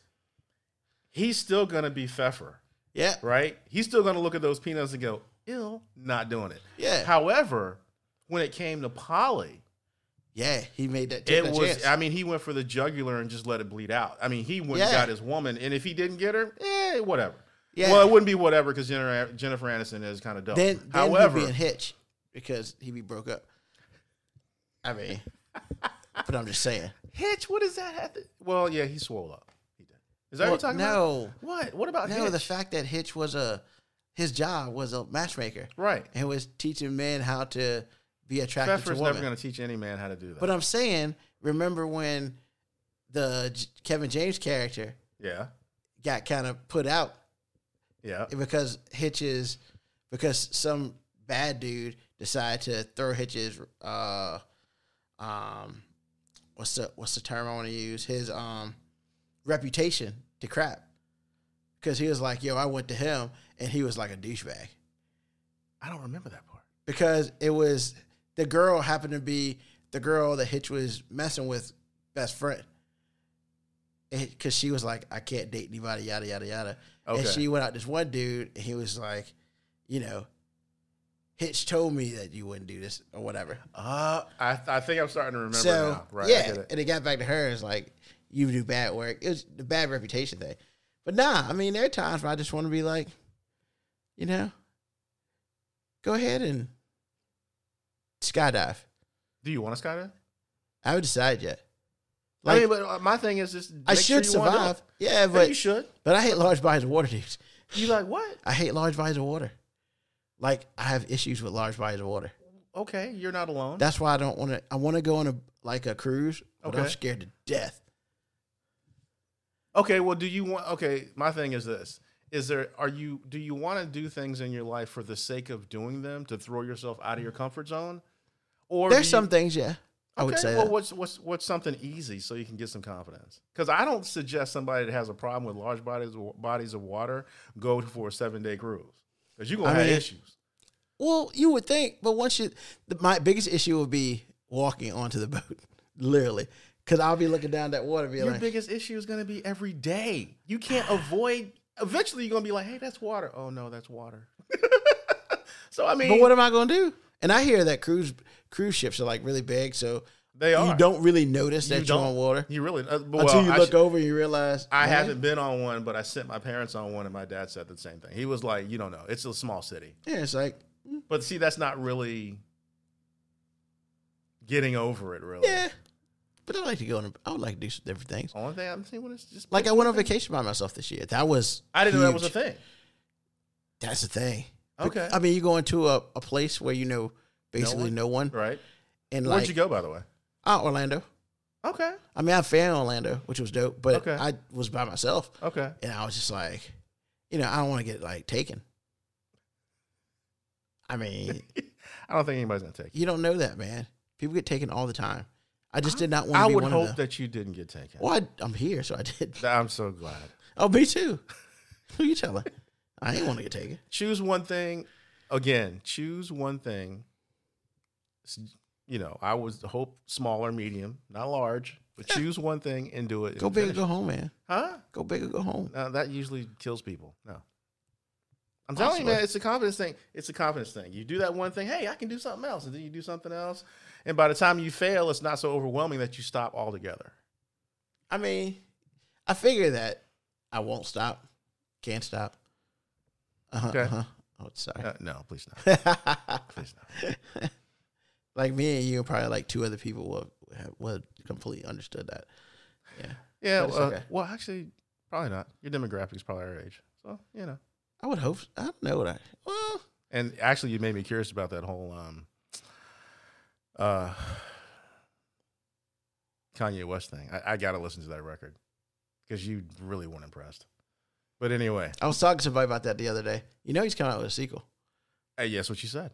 he's still gonna be Pfeffer.
yeah,
right? He's still going to look at those peanuts and go, ill, not doing it.
Yeah.
However, when it came to Polly,
yeah. He made that. Take
it
that
was,
chance.
I mean, he went for the jugular and just let it bleed out. I mean, he went and
Yeah.
got his woman, and if he didn't get her, eh, whatever.
Yeah.
Well, it wouldn't be whatever because Jennifer, Jennifer Aniston is kind of dope.
Then, then
However,
he'd be in Hitch because he be broke up. I mean, but I'm just saying.
Hitch, what does that have to Well, yeah, he swole up. He did. Is that
Well,
what you're talking
no.
about? What? What about
No,
Hitch?
the fact that Hitch was a his job was a matchmaker
right.
and was teaching men how to be attracted
Pfeffer's
to
never
women.
going to teach any man how to do that.
but uh, I'm saying, remember when the J- Kevin James character
yeah.
got kind of put out
Yeah.
because Hitch's because some bad dude decided to throw Hitch's uh um what's the what's the term I want to use his um reputation to crap because he was like yo I went to him and he was like a douchebag
I don't remember that part.
because it was the girl happened to be the girl that Hitch was messing with best friend because she was like I can't date anybody yada yada yada and
Okay.
she went out this one dude and he was like you know Hitch told me that you wouldn't do this or whatever
Uh, I, I think I'm starting to remember
so
now. Right. I
yeah
get it.
and it got back to her it's like you do bad work it was the bad reputation thing but nah I mean there are times where I just want to be like you know go ahead and skydive
Do you want to skydive?
I haven't decided yet.
I
Like, I,
mean, but uh, my thing is just. make sure
should
you wanna do
survive.
it.
Yeah,
Yeah,
but
you should.
but I hate large bodies of water, dudes.
You like what?
I hate large bodies of water. Like I have issues with large bodies of water.
okay, you're not alone.
That's why I don't want to. I want to go on a like a cruise, but I'm
Okay.
scared to death.
okay, well, do you want? Okay, my thing is this: is there are you do you want to do things in your life for the sake of doing them to throw yourself out of your comfort zone? Or
There's
do you-
some things, yeah. I would
Okay,
say
Well,
that.
what's what's what's something easy so you can get some confidence? Because I don't suggest somebody that has a problem with large bodies bodies of water go for a seven day cruise because you're gonna
I
have
mean-
issues.
Well, you would think, but once you, the, my biggest issue would be walking onto the boat, literally, because I'll be looking down that water, be
Your
like,
biggest issue is gonna be every day. You can't avoid. Eventually, you're gonna be like, "Hey, that's water." Oh no, that's water. so I mean,
but what am I going to do? And I hear that cruise cruise ships are like really big, so
they are.
you don't really notice
You
that
don't-
you're on water
You really uh, well,
until you
I
look
should-
over and you realize
I
man,
haven't been on one, but I sent my parents on one, and my dad said the same thing. He was like, "You don't know. It's a small city."
Yeah, it's like
But see, that's not really getting over it, really.
yeah, but I like to go on. a- I would like to do some different things.
Only thing I'm seeing is just
Like I went on vacation by myself this year. That was
I didn't know that was a
huge.
thing.
That's the thing.
Okay.
I mean, you go into a, a place where you know basically no one,
Right.
and
Where'd
like
you go, by the way?
Uh, Orlando.
Okay.
I mean, I fan Orlando, which was dope, but
Okay.
I was by myself,
Okay.
and I was just like, you know, I don't want to get like taken. I mean,
I don't think anybody's gonna take you.
you don't know that, man. People get taken all the time. I just did not want to
I
be
would
one
hope
of them.
that you didn't get taken.
Well, I, I'm here, so I did.
I'm so glad.
Oh, me too. Who you telling? I ain't want to get taken.
Choose one thing. Again, choose one thing. S- You know, I was hope small or medium, not large, but choose one thing and do it.
Go
and
big or
finish
go
it.
home, man.
Huh?
Go big or go home.
No, that usually kills people. No. I'm telling you, man,
Possibly.
it's a confidence thing. It's a confidence thing. You do that one thing, hey, I can do something else, and then you do something else. And by the time you fail, it's not so overwhelming that you stop altogether.
I mean, I figure that I won't stop, can't stop. Uh-huh,
Okay.
uh-huh. Oh, sorry.
Uh, no, please not. Please not.
like me and you, and probably like two other people will have would completely understood that.
Yeah.
But it's
Well,
okay.
well, actually, probably not. Your demographic's probably our age. So, you know.
I would hope. I don't know what I. Well,
Uh. And actually, you made me curious about that whole um, uh, Kanye West thing. I, I got to listen to that record because you really weren't impressed. But anyway,
I was talking to somebody about that the other day. You know, he's coming out with a sequel.
hey, yes, what you said.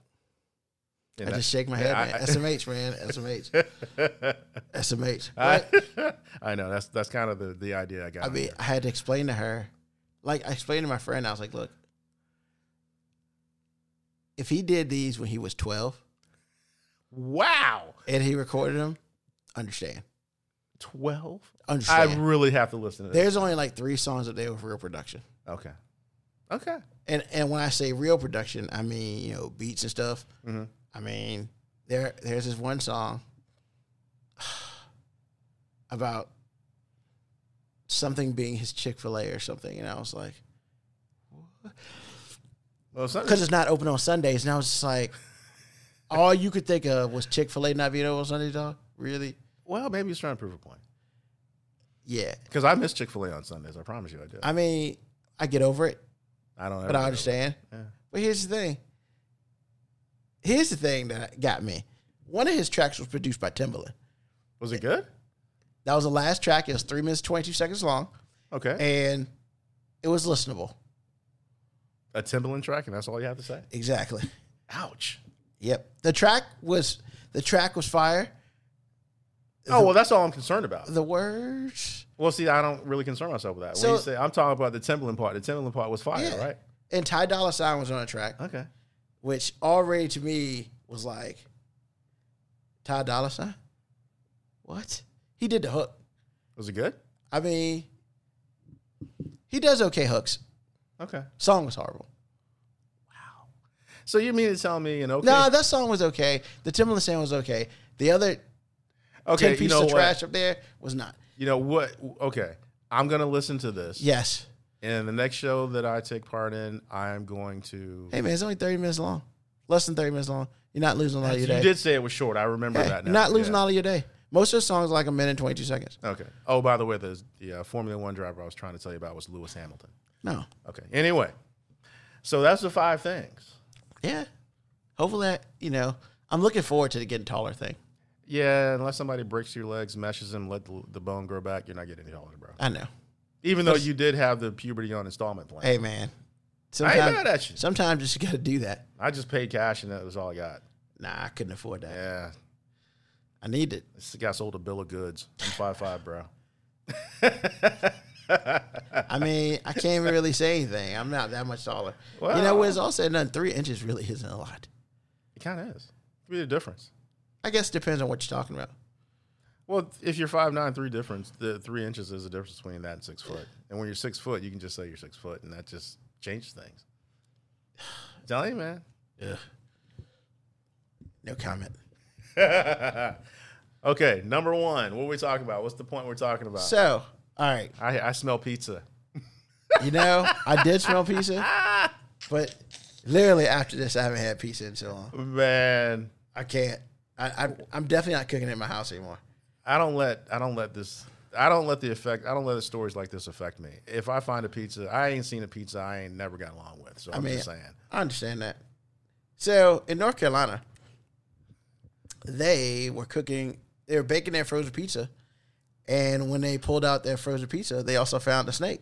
And
I
that-
just shake my head,
I-
man.
I-
SMH, man. SMH. SMH.
I,
But,
I know that's that's kind of the, the idea I got.
I mean, I had to explain to her, like I explained to my friend. I was like, look, if he did these when he was twelve
wow,
and he recorded them, understand.
twelve. I
Understand.
really have to listen to this.
There's only like three songs a day with real production.
Okay, okay,
and and when I say real production, I mean you know beats and stuff.
Mm-hmm.
I mean there there's this one song about something being his Chick Fil A or something, and I was like,
well, some-
because it's not open on Sundays, and I was just like, all you could think of was Chick Fil A not being open on Sundays, dog. Really?
well, maybe he's trying to prove a point
Yeah.
because I miss Chick Fil A on Sundays. I promise you, I do.
I mean, I get over it,
I don't. ever
but I
go.
understand.
Yeah.
But here's the thing. Here's the thing that got me. One of his tracks was produced by Timbaland.
Was it good?
That was the last track. It was three minutes, 22 seconds long,
Okay.
and it was listenable.
a Timbaland track, and that's all you have to say.
Exactly.
Ouch.
Yep. The track was the track was fire.
Oh well, that's all I'm concerned about.
The words
Well, see, I don't really concern myself with that.
So-
when you say I'm talking about the Timbaland part, the Timbaland part was fire,
Yeah.
right?
and Ty Dolla Sign was on a track,
Okay.
which already to me was like Ty Dolla Sign. What he did the hook.
Was it good?
I mean, he does okay hooks.
Okay.
Song was horrible.
So you mean to tell me an okay?
No, nah, that song was okay. The Timbaland sound was okay. The other
okay,
ten
you
pieces
know
of
what?
trash up there was not.
You know what? Okay, I'm gonna listen to this.
Yes.
And the next show that I take part in, I'm going to.
Hey man, it's only thirty minutes long. Less than thirty minutes long. You're not losing all of
you
your day.
did say it was short. I remember
Yeah,
that. Now.
you're not losing
Yeah.
all of your day. Most of the songs are like a minute and twenty two seconds.
Okay. Oh, by the way, the the uh, Formula One driver I was trying to tell you about was Lewis Hamilton.
No.
Okay. Anyway, so that's the five things.
Yeah. Hopefully that you know, I'm looking forward to the getting taller thing.
Yeah, unless somebody breaks your legs, meshes them, let the, the bone grow back, you're not getting any taller, bro.
I know.
Even though you did have the puberty on installment plan.
Hey man,
I
sometimes
ain't mad at you.
sometimes you just got to do that.
I just paid cash and that was all I got.
Nah, I couldn't afford that.
Yeah.
I need it.
This guy sold a bill of goods. I'm five five, bro.
I mean, I can't really say anything. I'm not that much taller. you know,
Well-
when it's all said and done, three inches really isn't a lot.
It kind of is. Could be the difference.
I guess it depends on what you're talking about.
Well, if you're five nine, three difference, the three inches is the difference between that and six foot. And when you're six foot, you can just say you're six foot, and that just changes things. Tell you, man.
No comment.
okay, number one. What are we talking about? What's the point we're talking about?
So, all right.
I, I smell pizza.
You know, I did smell pizza, but literally after this, I haven't had pizza in so long.
Man,
I can't. I, I I'm definitely not cooking it in my house anymore.
I don't let I don't let this I don't let the effect I don't let the stories like this affect me. If I find a pizza, I ain't seen a pizza I ain't never got along with. So I'm
mean-
just saying.
I understand that. So in North Carolina, they were cooking, they were baking their frozen pizza, and when they pulled out their frozen pizza, they also found a snake,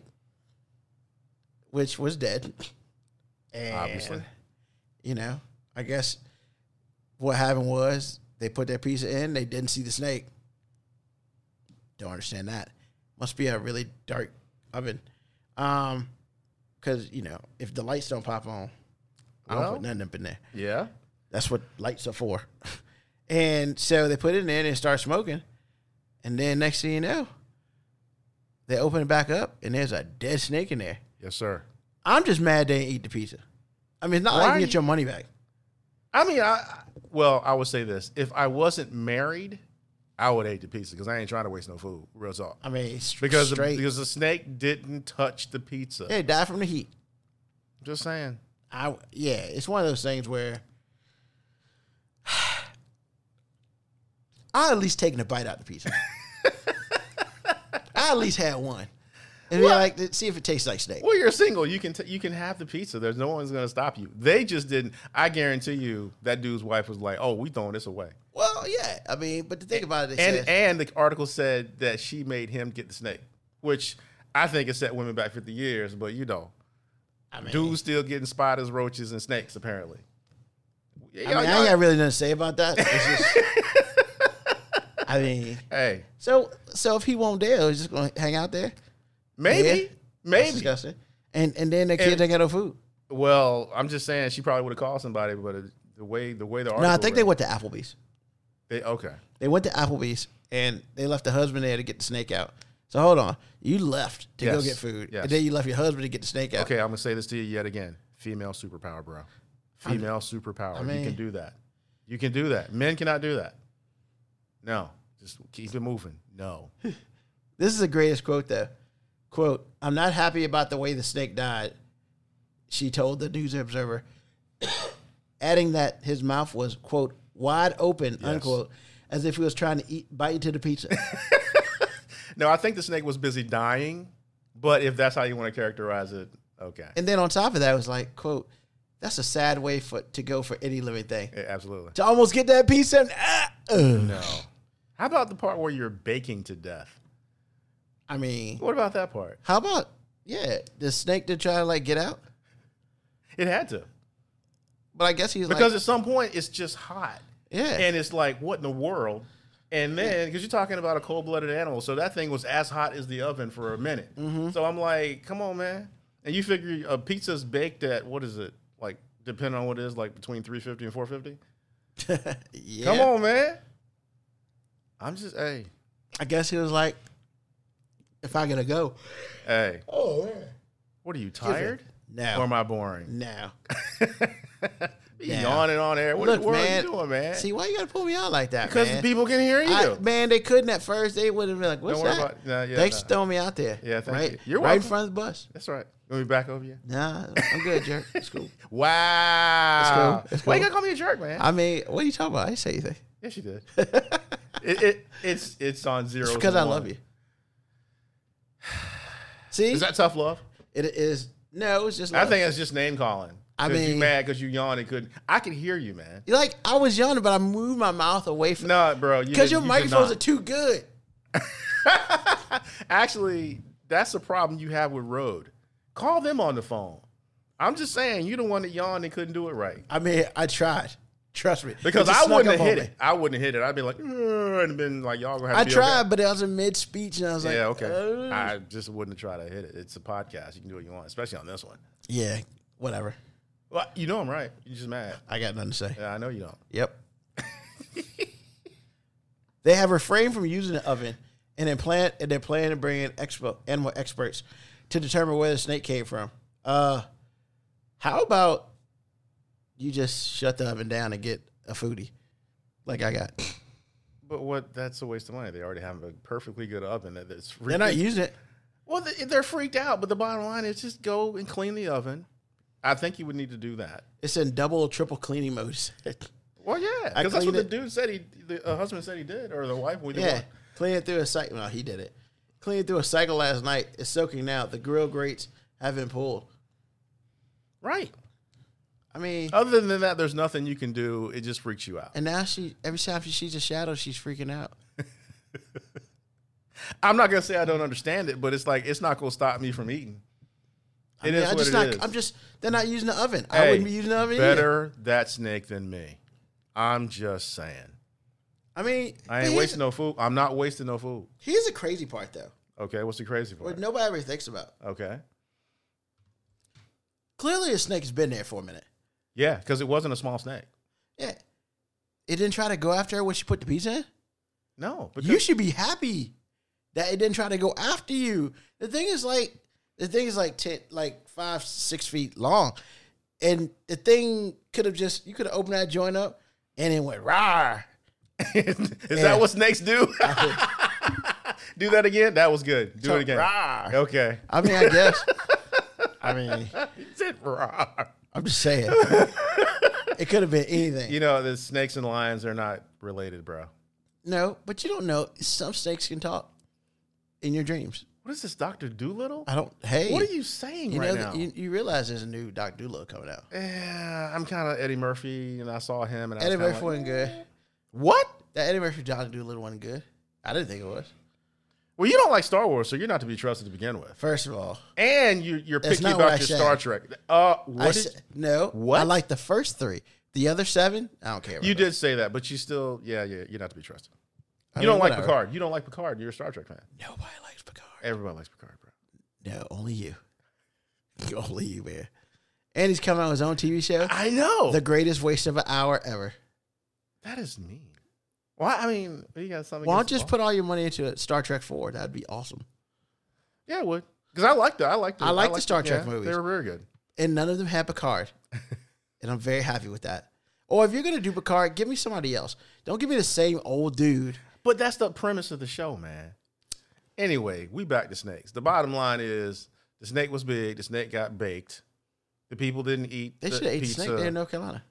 which was dead. And,
Obviously.
you know, I guess what happened was they put their pizza in, they didn't see the snake. Don't understand that. Must be a really dark oven, um, because you know if the lights don't pop on, I don't
Well-
put nothing up in there.
Yeah.
That's what lights are for. and so they put it in there and it started smoking. And then next thing you know, they open it back up and there's a dead snake in there.
Yes, sir.
I'm just mad they didn't eat the pizza. I mean, it's not
Why
like you
are
can get
you-
your money back.
I mean, I well, I would say this: if I wasn't married, I would eat the pizza because I ain't trying to waste no food. Real talk.
I mean, it's
Because the,
straight.
because the snake didn't touch the pizza.
they died from the heat.
Just saying.
I yeah, it's one of those things where I at least taken a bite out of the pizza. I at least had one, and be like, see if it tastes like snake.
Well, you're single. You can t- you can have the pizza. There's no one's gonna stop you. They just didn't. I guarantee you that dude's wife was like, "Oh, we throwing this away."
Well, yeah, I mean, but to think about it, it
And
says-
and the article said that she made him get the snake, which I think it set women back 50 years. But you know,
I mean,
dudes still getting spiders, roaches, and snakes apparently.
I, mean, I ain't got really nothing to say about that. It's just, I mean,
hey,
so so if he won't dare, he's just gonna hang out there.
Maybe.
Yeah. That's
Maybe.
disgusting. And and then the kids
And-
ain't got no food.
Well, I'm just saying she probably would have called somebody, but it- the way the way the
No,
article
I think they
read-
went to Applebee's.
They, okay.
They went to Applebee's and they left the husband there to get the snake out. So hold on, you left to go
Yes.
get food,
Yes.
and then you left your husband to get the snake out.
Okay, I'm gonna say this to you yet again. Female superpower, bro. Female superpower. you
mean-
can do that. You can do that. Men cannot do that. No. Just keep it moving. No.
This is the greatest quote though. Quote, I'm not happy about the way the snake died, she told the news observer, adding that his mouth was, quote, wide open, unquote, as if he was trying to eat bite into the pizza.
No, I think the snake was busy dying, but if that's how you want to characterize it, okay.
and then on top of that it was like, quote, that's a sad way for to go for any living thing.
Yeah, absolutely.
To almost get that pizza and, ah, ugh.
No. How about the part where you're baking to death?
I mean
What about that part?
how about yeah, the snake to try to like get out?
It had to.
But I guess he's
Because
like
at some point it's just hot.
Yeah.
And it's like, what in the world? And then, because you're talking about a cold blooded animal, so that thing was as hot as the oven for a minute.
Mm-hmm.
So I'm like, come on, man. And you figure a pizza's baked at what is it? Like, depending on what it is, like between 350 and 450.
yeah.
Come on, man. I'm just, hey,
I guess he was like, if I gotta go.
hey.
Oh man.
What are you tired?
No.
Or am I boring?
No.
Be
Now.
yawning on air. What
Look,
in the world
man.
are you doing, man?
See, why you gotta pull me out like that?
because
man?
people can hear you.
I, man, they couldn't at first. They would have been like, "What's
Don't worry
that?"
about- nah, yeah,
Thanks for
nah.
throwing me out there.
Yeah, thank
right,
you. You're
right in
welcome.
front of the bus.
That's right. Let me back over you.
Nah, I'm good, jerk. It's cool.
Wow.
That's cool. That's
Why you
cool.
gotta call me a jerk, man?
I mean, what are you talking about? I didn't say anything.
yes, you did. it, it, it's it's on zero.
It's because I love you. See,
Is that tough love?
it is. No, it's just.
I
love.
think it's just name calling.
I
'Cause you
mean,
mad because you yawned and couldn't. I could hear you, man.
like I was yawning, but I moved my mouth away from
No, bro. you
because
didn't-
your
you did
microphones
not.
are too good.
Actually, that's the problem you have with Road. Call them on the phone. I'm just saying, you the one that yawned and couldn't do it right.
I mean, I tried. Trust me,
Because
It just
I
snuck
wouldn't
up
have
on
hit
me.
it. I wouldn't have hit it. I'd be like, "Ugh," and been like, y'all gonna have to
I
deal with
tried,
that."
but I was in mid speech, and I was like, "Uh."
yeah, okay.
"Ugh."
I just wouldn't try to hit it. It's a podcast. You can do what you want, especially on this one.
yeah, whatever.
Well, you know I'm right. You're just mad.
I got nothing to say.
Yeah, I know you don't.
Yep. they have refrained from using the oven and then plan and they're planning to bring in expo, animal experts to determine where the snake came from. Uh how about you just shut the oven down and get a foodie? Like I got.
But what? That's a waste of money. They already have a perfectly good oven that- that's free.
They're not using it.
Well, they- they're freaked out. But the bottom line is just go and clean the oven. I think you would need to do that.
It's in double triple cleaning modes.
Well, yeah,
I
because that's what
cleaned
the dude said. He, the uh, husband said he did, or the wife. We
yeah.
did.
Clean it through a cycle. No, he did it. Clean it through a cycle last night. It's soaking now. The grill grates have been pulled.
Right.
I mean
Other than that, there's nothing you can do. It just freaks you out.
And now she, every time she sees a shadow, she's freaking out.
I'm not gonna say I don't understand it, but it's like it's not gonna stop me from eating.
I
It
mean,
is
I
what
just
it
not.
is.
I'm just. They're not using the oven. I
Hey,
wouldn't be using the oven. Better.
Better that snake than me. I'm just saying.
I mean,
I ain't wasting no food. I'm not wasting no food.
Here's the crazy part, though,
Okay, what's the crazy
what
part?
nobody ever thinks about.
Okay,
Clearly, a snake's been there for a minute.
yeah, because it wasn't a small snake.
Yeah, it didn't try to go after her when she put the pizza in.
No,
you should be happy that it didn't try to go after you. The thing is like the thing is like ten, like five, six feet long, and the thing could have just you could have opened that joint up and it went rawr.
is
Yeah.
that what snakes do? do that again. That was good. Do it again.
Rawr.
Okay.
I mean, I guess. I mean,
It's it raw.
I'm just saying. it could have been anything.
You know, the snakes and lions are not related, bro.
no, but you don't know. Some snakes can talk in your dreams.
What is this, Doctor Doolittle?
I don't. Hey,
What are you saying
You
right
know,
now?
that- you, you realize there's a new Doc Doolittle coming out.
yeah, I'm kind of Eddie Murphy, and I saw him, and I was
Eddie
kinda
Murphy
like,
wasn't good.
what?
That Eddie Murphy Doc Doolittle wasn't good. I didn't think it was.
Well, you don't like Star Wars, so you're not to be trusted to begin with.
First of all,
And you, you're
That's
picky
not
about
what I
your
said.
Star Trek. Uh,
I
what did-
said- no.
What?
I like the first three. The other seven, I don't care. about
you
that.
did say that, but you still, yeah, yeah, you're not to be trusted.
I
you
mean,
don't like
whatever.
Picard. You don't like Picard. You're a Star Trek fan.
Nobody likes Picard.
Everyone likes Picard, bro.
No, only you. only you, man. And he's coming out with his own TV show.
I know.
The greatest waste of an hour ever.
that is mean. Why? I mean, you got something.
Why don't
against
you just
Spock?
put all your money into it? Star Trek Four. That'd be awesome.
Yeah, I would. Because I liked it. I liked it.
I like the Star Trek
yeah,
movies.
They were very good.
And none of them had Picard, and I'm very happy with that. Or if you're gonna do Picard, give me somebody else. Don't give me the same old dude.
But that's the premise of the show, man. Anyway, we back to snakes. The bottom line is the snake was big. The snake got baked. The people didn't eat.
They
the
should have ate the
pizza.
snake there in North Carolina.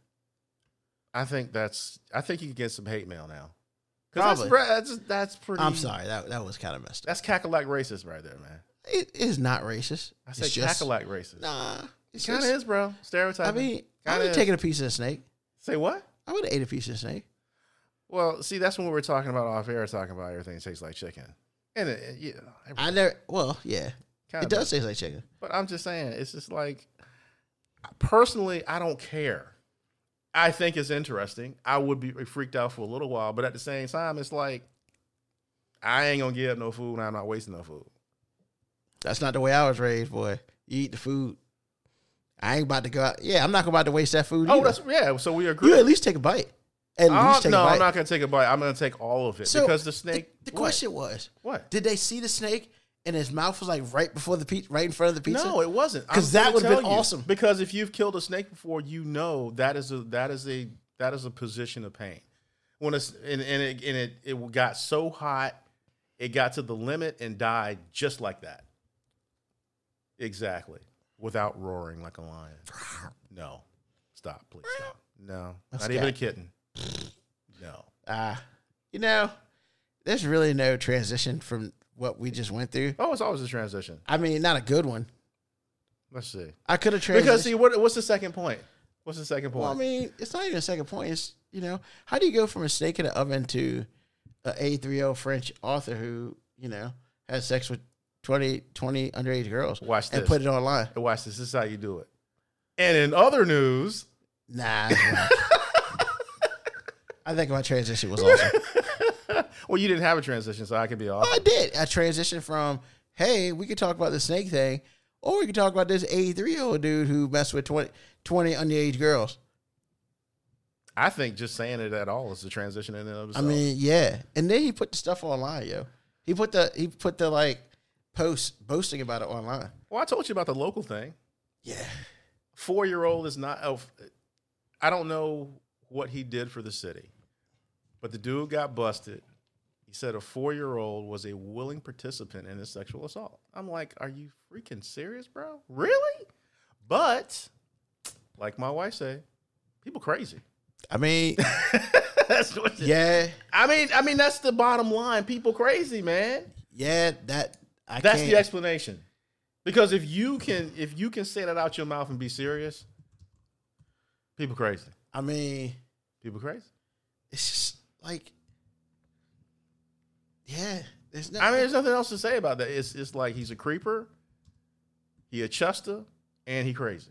I think that's. I think you could get some hate mail now. 'Cause
Probably.
That's, that's that's pretty.
I'm sorry, that that was kind of messed up.
That's cackalack racist right there, man.
It is not racist.
I
It's
say
just-
cackalack racist.
Nah, it's
kind
just-
of is, bro. Stereotype.
I mean, I would have taken a piece of the snake.
Say what?
I would have ate a piece of the snake.
Well, see, that's when we were talking about off air, talking about everything that tastes like chicken, and it, it- yeah, every-
I never. Well, yeah,
Kinda
it does
does.
taste like chicken.
But I'm just saying, it's just like personally, I don't care. I think it's interesting. I would be freaked out for a little while, but at the same time, it's like I ain't gonna give up no food, and I'm not wasting no food.
That's not the way I was raised, boy. You eat the food. I ain't about to go out. Yeah, I'm not about to waste that food.
Oh,
either.
that's yeah. So we agree.
you at least take a bite. At
Uh,
least take
no,
a bite.
I'm not gonna take a bite. I'm gonna take all of it
So,
because the snake.
The,
what?
question was,
What?
did they see the snake and his mouth was like right before the pizza, right in front of the pizza?
No, it wasn't. I'm
'Cause that
gonna
would've been
tell you.
awesome.
Because if you've killed a snake before, you know that is a that is a that is a position of pain. When it's and, and it and it it got so hot, it got to the limit and died just like that. Exactly, without roaring like a lion. No, stop, please stop. No,
That's
not even a
cat.
kitten. No,
Ah, you know, there's really no transition from what we just went through.
oh, it's always a transition.
I mean, not a good one.
Let's see.
I could have transitioned.
Because see, what, what's the second point? What's the second point?
well, I mean, it's not even a second point. It's you know, how do you go from a steak in the oven to a A three O French author who you know has sex with 20, 20 underage girls?
Watch
and
this.
put it online.
And watch this. This is how you do it. And in other news,
Nah. it's not. I think my transition was awesome.
well, you didn't have a transition, so I could be off.
I did. I transitioned from, hey, we could talk about the snake thing, or we could talk about this 83 year old dude who messed with 20, 20 underage girls.
I think just saying it at all is a transition in and of
I
itself.
mean, yeah. And then he put the stuff online, yo. He put the he put the like post boasting about it online.
well, I told you about the local thing.
Yeah.
Four year old is not. Oh, I don't know what he did for the city, but the dude got busted. He said a four year old was a willing participant in a sexual assault. I'm like, are you freaking serious, bro? Really? But like my wife say, people crazy.
I mean,
that's what. Yeah.
yeah,
I mean, I mean, that's the bottom line. People crazy, man.
yeah. That I
That's
can't,
the explanation. Because if you can, if you can say that out your mouth and be serious, people crazy.
I mean,
People crazy.
it's just like, yeah. There's no.
I mean, there's nothing else to say about that. It's it's like he's a creeper, he a chuster, and he crazy.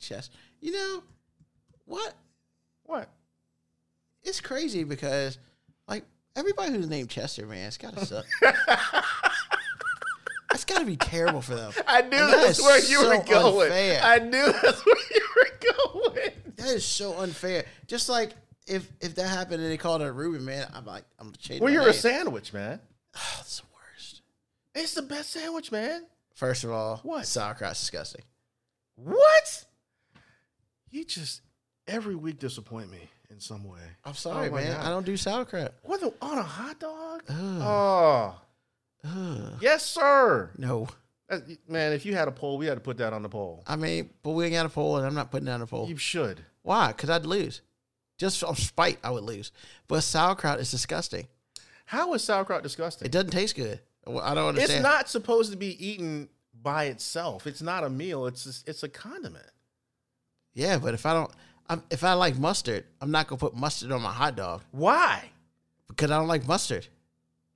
chest. You know what?
What?
it's crazy because like everybody who's named Chester, man, it's gotta suck. That's gotta be terrible for them.
I knew
And that
that's
is
where you
so
were going.
unfair.
I knew that's where you were going.
That is so unfair. Just like if if that happened and they called her Ruben, man, I'm like, I'm changing.
Well,
my
you're a
name.
sandwich, man.
That's the worst.
It's the best sandwich, man.
First of all,
What?
sauerkraut's disgusting.
What? You just every week disappoint me in some way.
I'm sorry,
Oh my
man.
God.
I don't do sauerkraut.
What the, on a hot dog?
Ugh.
Oh,
Ugh.
yes, sir.
No,
That- Man, if you had a poll, we had to put that on the poll.
I mean, but we ain't got a poll, and I'm not putting down a poll.
You should.
Why? Because I'd lose. Just on spite, I would lose. But sauerkraut is disgusting.
How is sauerkraut
It
disgusting?
doesn't taste good. Well, I don't understand.
It's not supposed to be eaten by itself. It's not a meal. It's just, it's a condiment.
Yeah, but if I don't, I'm, if I like mustard, I'm not gonna put mustard on my hot dog
Why?
because I don't like mustard.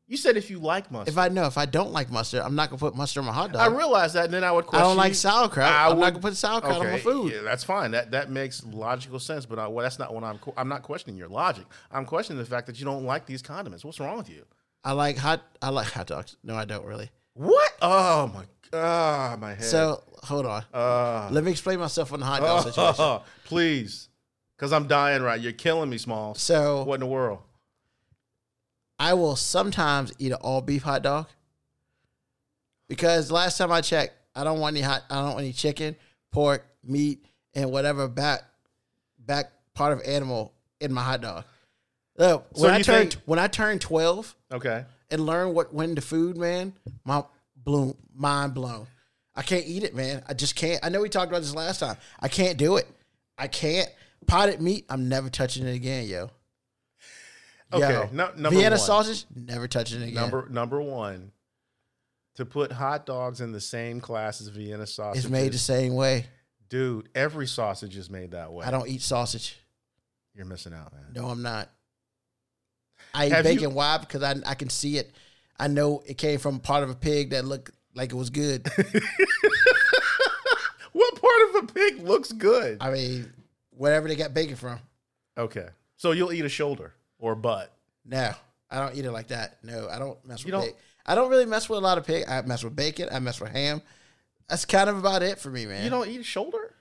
You said if you like mustard.
If I know if I don't like mustard, I'm not gonna put mustard on my hot
I
dog.
realized that, and then I would
I
question.
don't like
you.
sauerkraut. I'm
I
not
would-
gonna put sauerkraut on my food.
Yeah, that's fine. That that makes logical sense. But I, well, that's not what I'm. que- I'm not questioning your logic. I'm questioning the fact that you don't like these condiments. What's wrong with you?
I like hot. I like hot dogs. No, I don't really.
What? Oh my god, my head.
So hold on.
uh,
Let me explain myself on the hot dog situation.
oh, please, because I'm dying right. You're killing me, small.
So
what in the world?
I will sometimes eat an all beef hot dog because last time I checked, I don't want any hot. I don't want any chicken, pork, meat, and whatever back back part of animal in my hot dog. Look,
So
when I
you
turned
think-
when I turned twelve
Okay.
and learned what went into food, man, my bloom mind blown. I can't eat it, man. I just can't. I know we talked about this last time. I can't do it. I can't potted meat. I'm never touching it again, yo.
Okay.
Yo.
No, number
Vienna
one.
sausage, never touching it again.
Number number one. To put hot dogs in the same class as Vienna sausage.
It's made the same way.
Dude, every sausage is made that way.
I don't eat sausage.
You're missing out, man.
No, I'm not. I eat
Have you-
bacon. Why? Because I I can see it. I know it came from part of a pig that looked like it was good.
What part of a pig looks good?
I mean, wherever they got bacon from.
Okay. So you'll eat a shoulder or butt.
No, I don't eat it like that. No, I don't mess
You
with
don't-
pig. I don't really mess with a lot of pig. I mess with bacon. I mess with ham. That's kind of about it for me, man.
You don't eat a shoulder?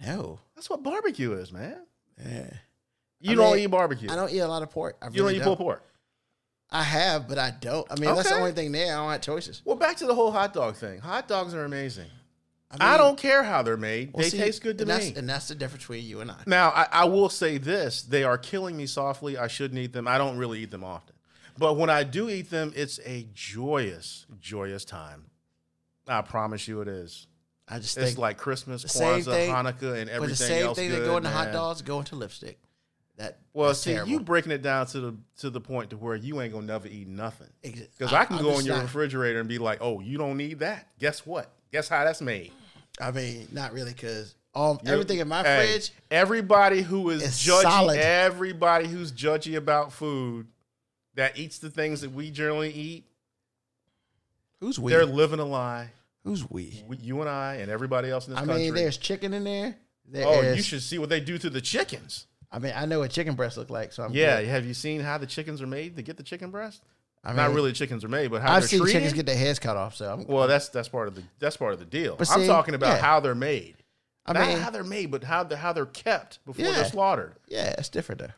No.
That's what barbecue is, man.
Yeah.
You
I
don't
mean,
eat barbecue.
I don't eat a lot of pork. I
you don't
really
eat pulled pork.
I have, but I don't. I mean, that's the
Okay.
only thing there. I don't have choices.
Well, back to the whole hot dog thing. Hot dogs are amazing.
I,
I,
mean-
don't care how they're made.
Well,
they
see,
taste good to
and that's,
me.
And that's the difference between you and I.
Now, I, I will say this: they are killing me softly. I shouldn't eat them. I don't really eat them often, but when I do eat them, it's a joyous, joyous time. I promise you, it is.
I just
It's
think
like Christmas,
the same
Kwanzaa,
thing-
Hanukkah, and everything
but the same
else.
thing
good,
that go into hot
man.
dogs go into lipstick. That
Well,
that's
see,
terrible.
you breaking it down to the to the point to where you ain't gonna never eat nothing.
Ex-
Because
I-
I, can
I'm
go
just
in your
not-
refrigerator and be like, "Oh, you don't need that." Guess what? Guess how that's made.
I mean, not really, because all
You're-
everything in my
Hey,
fridge.
Everybody who is
is
judgy,
solid.
everybody who's judgy about food that eats the things that we generally eat,
Who's we?
they're living a lie.
Who's we?
We- You and I and everybody else in this
I
country.
mean, there's chicken in there. There
oh, you
is-
should see what they do to the chickens.
I mean, I know what chicken breasts look like, so I'm
yeah,
good.
have you seen how the chickens are made to get the chicken breast?
I mean,
Not really chickens are made, but how
I've
they're
seen
treated.
chickens get their heads cut off, so I'm,
well, that's that's part of the that's part of the deal.
But
I'm
see,
talking about
yeah.
how they're made.
I
Not
mean,
how they're made, but how the, how they're kept before
Yeah.
they're slaughtered.
yeah, it's different though.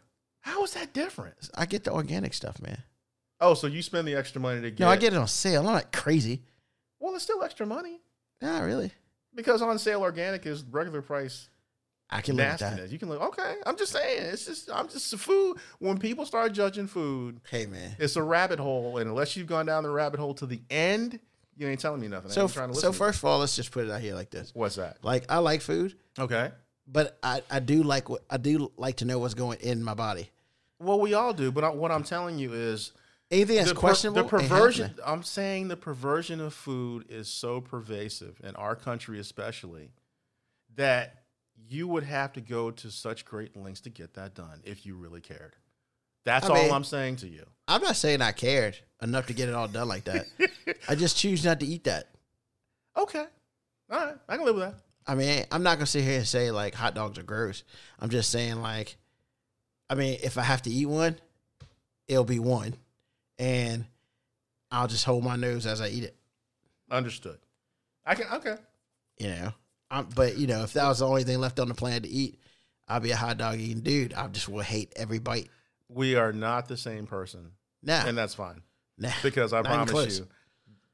How is that different?
I get the organic stuff, man.
Oh, so you spend the extra money to get?
No, I get it on sale. I'm not crazy.
Well, it's still extra money
Not really.
because on sale organic is regular price
I can live with that.
nastiness. You can look okay. I'm just saying, it's just I'm just food. When people start judging food,
Hey, man.
it's a rabbit hole, and unless you've gone down the rabbit hole to the end, you ain't telling me nothing. I
So,
ain't trying to
so
listen to
first of all, let's just put it out here like this.
you. what's that?
Like, I like food,
Okay.
but I, I do like what I do like to know what's going in my body.
Well, we all do, but I, what I'm telling you is
Anything that's
the per-
questionable,
the
ain't happening.
perversion. I'm saying the perversion of food is so pervasive in our country, especially, that you would have to go to such great lengths to get that done if you really cared. That's
I
all
mean-
I'm saying to you.
I'm not saying I cared enough to get it all done like that. I just choose not to eat that.
Okay, all right, I can live with that.
I mean, I'm not gonna sit here and say like hot dogs are gross. I'm just saying like, I mean, if I have to eat one, it'll be one, and I'll just hold my nose as I eat it.
Understood. I can. Okay.
You know, I'm, but you know, if that was the only thing left on the planet to eat, I'd be a hot dog eating dude. I just will hate every bite.
We are not the same person,
Nah,
and uh, that's fine
nah,
because I
not even
promise
close.
you,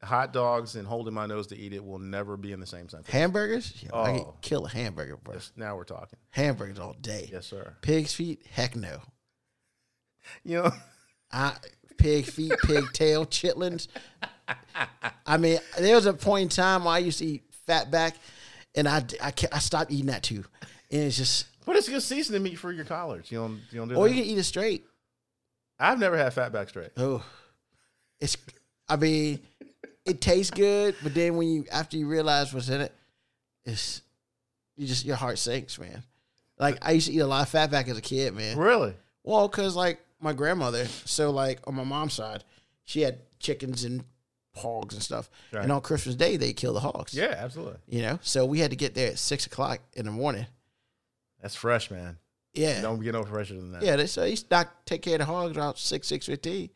hot dogs and holding my nose to eat it will never be in the same sentence.
hamburgers. Yo, I
Oh.
could kill a hamburger, bro.
Yes, now we're talking.
Hamburgers all day.
Yes, sir.
Pig's feet? Heck no.
You know.
I pig feet, pig tail, chitlins. I mean, there was a point in time where I used to eat fat back, and I I, ca- I stopped eating that too. And it's just,
But it's good seasoning meat for your collars. You don't you don't do
or
that.
you can eat it straight.
I've never had fatback straight.
Oh, it's. I mean, it tastes good, but then when you after you realize what's in it, it's you just your heart sinks, man. Like I used to eat a lot of fat back as a kid, man.
Really?
Well, because like my grandmother, so like on my mom's side, she had chickens and hogs and stuff.
Right.
And on Christmas Day, they kill the hogs.
Yeah, absolutely.
You know, so we had to get there at six o'clock in the morning.
That's fresh, man.
Yeah.
Don't get no fresher than that.
Yeah. They, so he used to knock- take care of the hogs around six, six fifteen.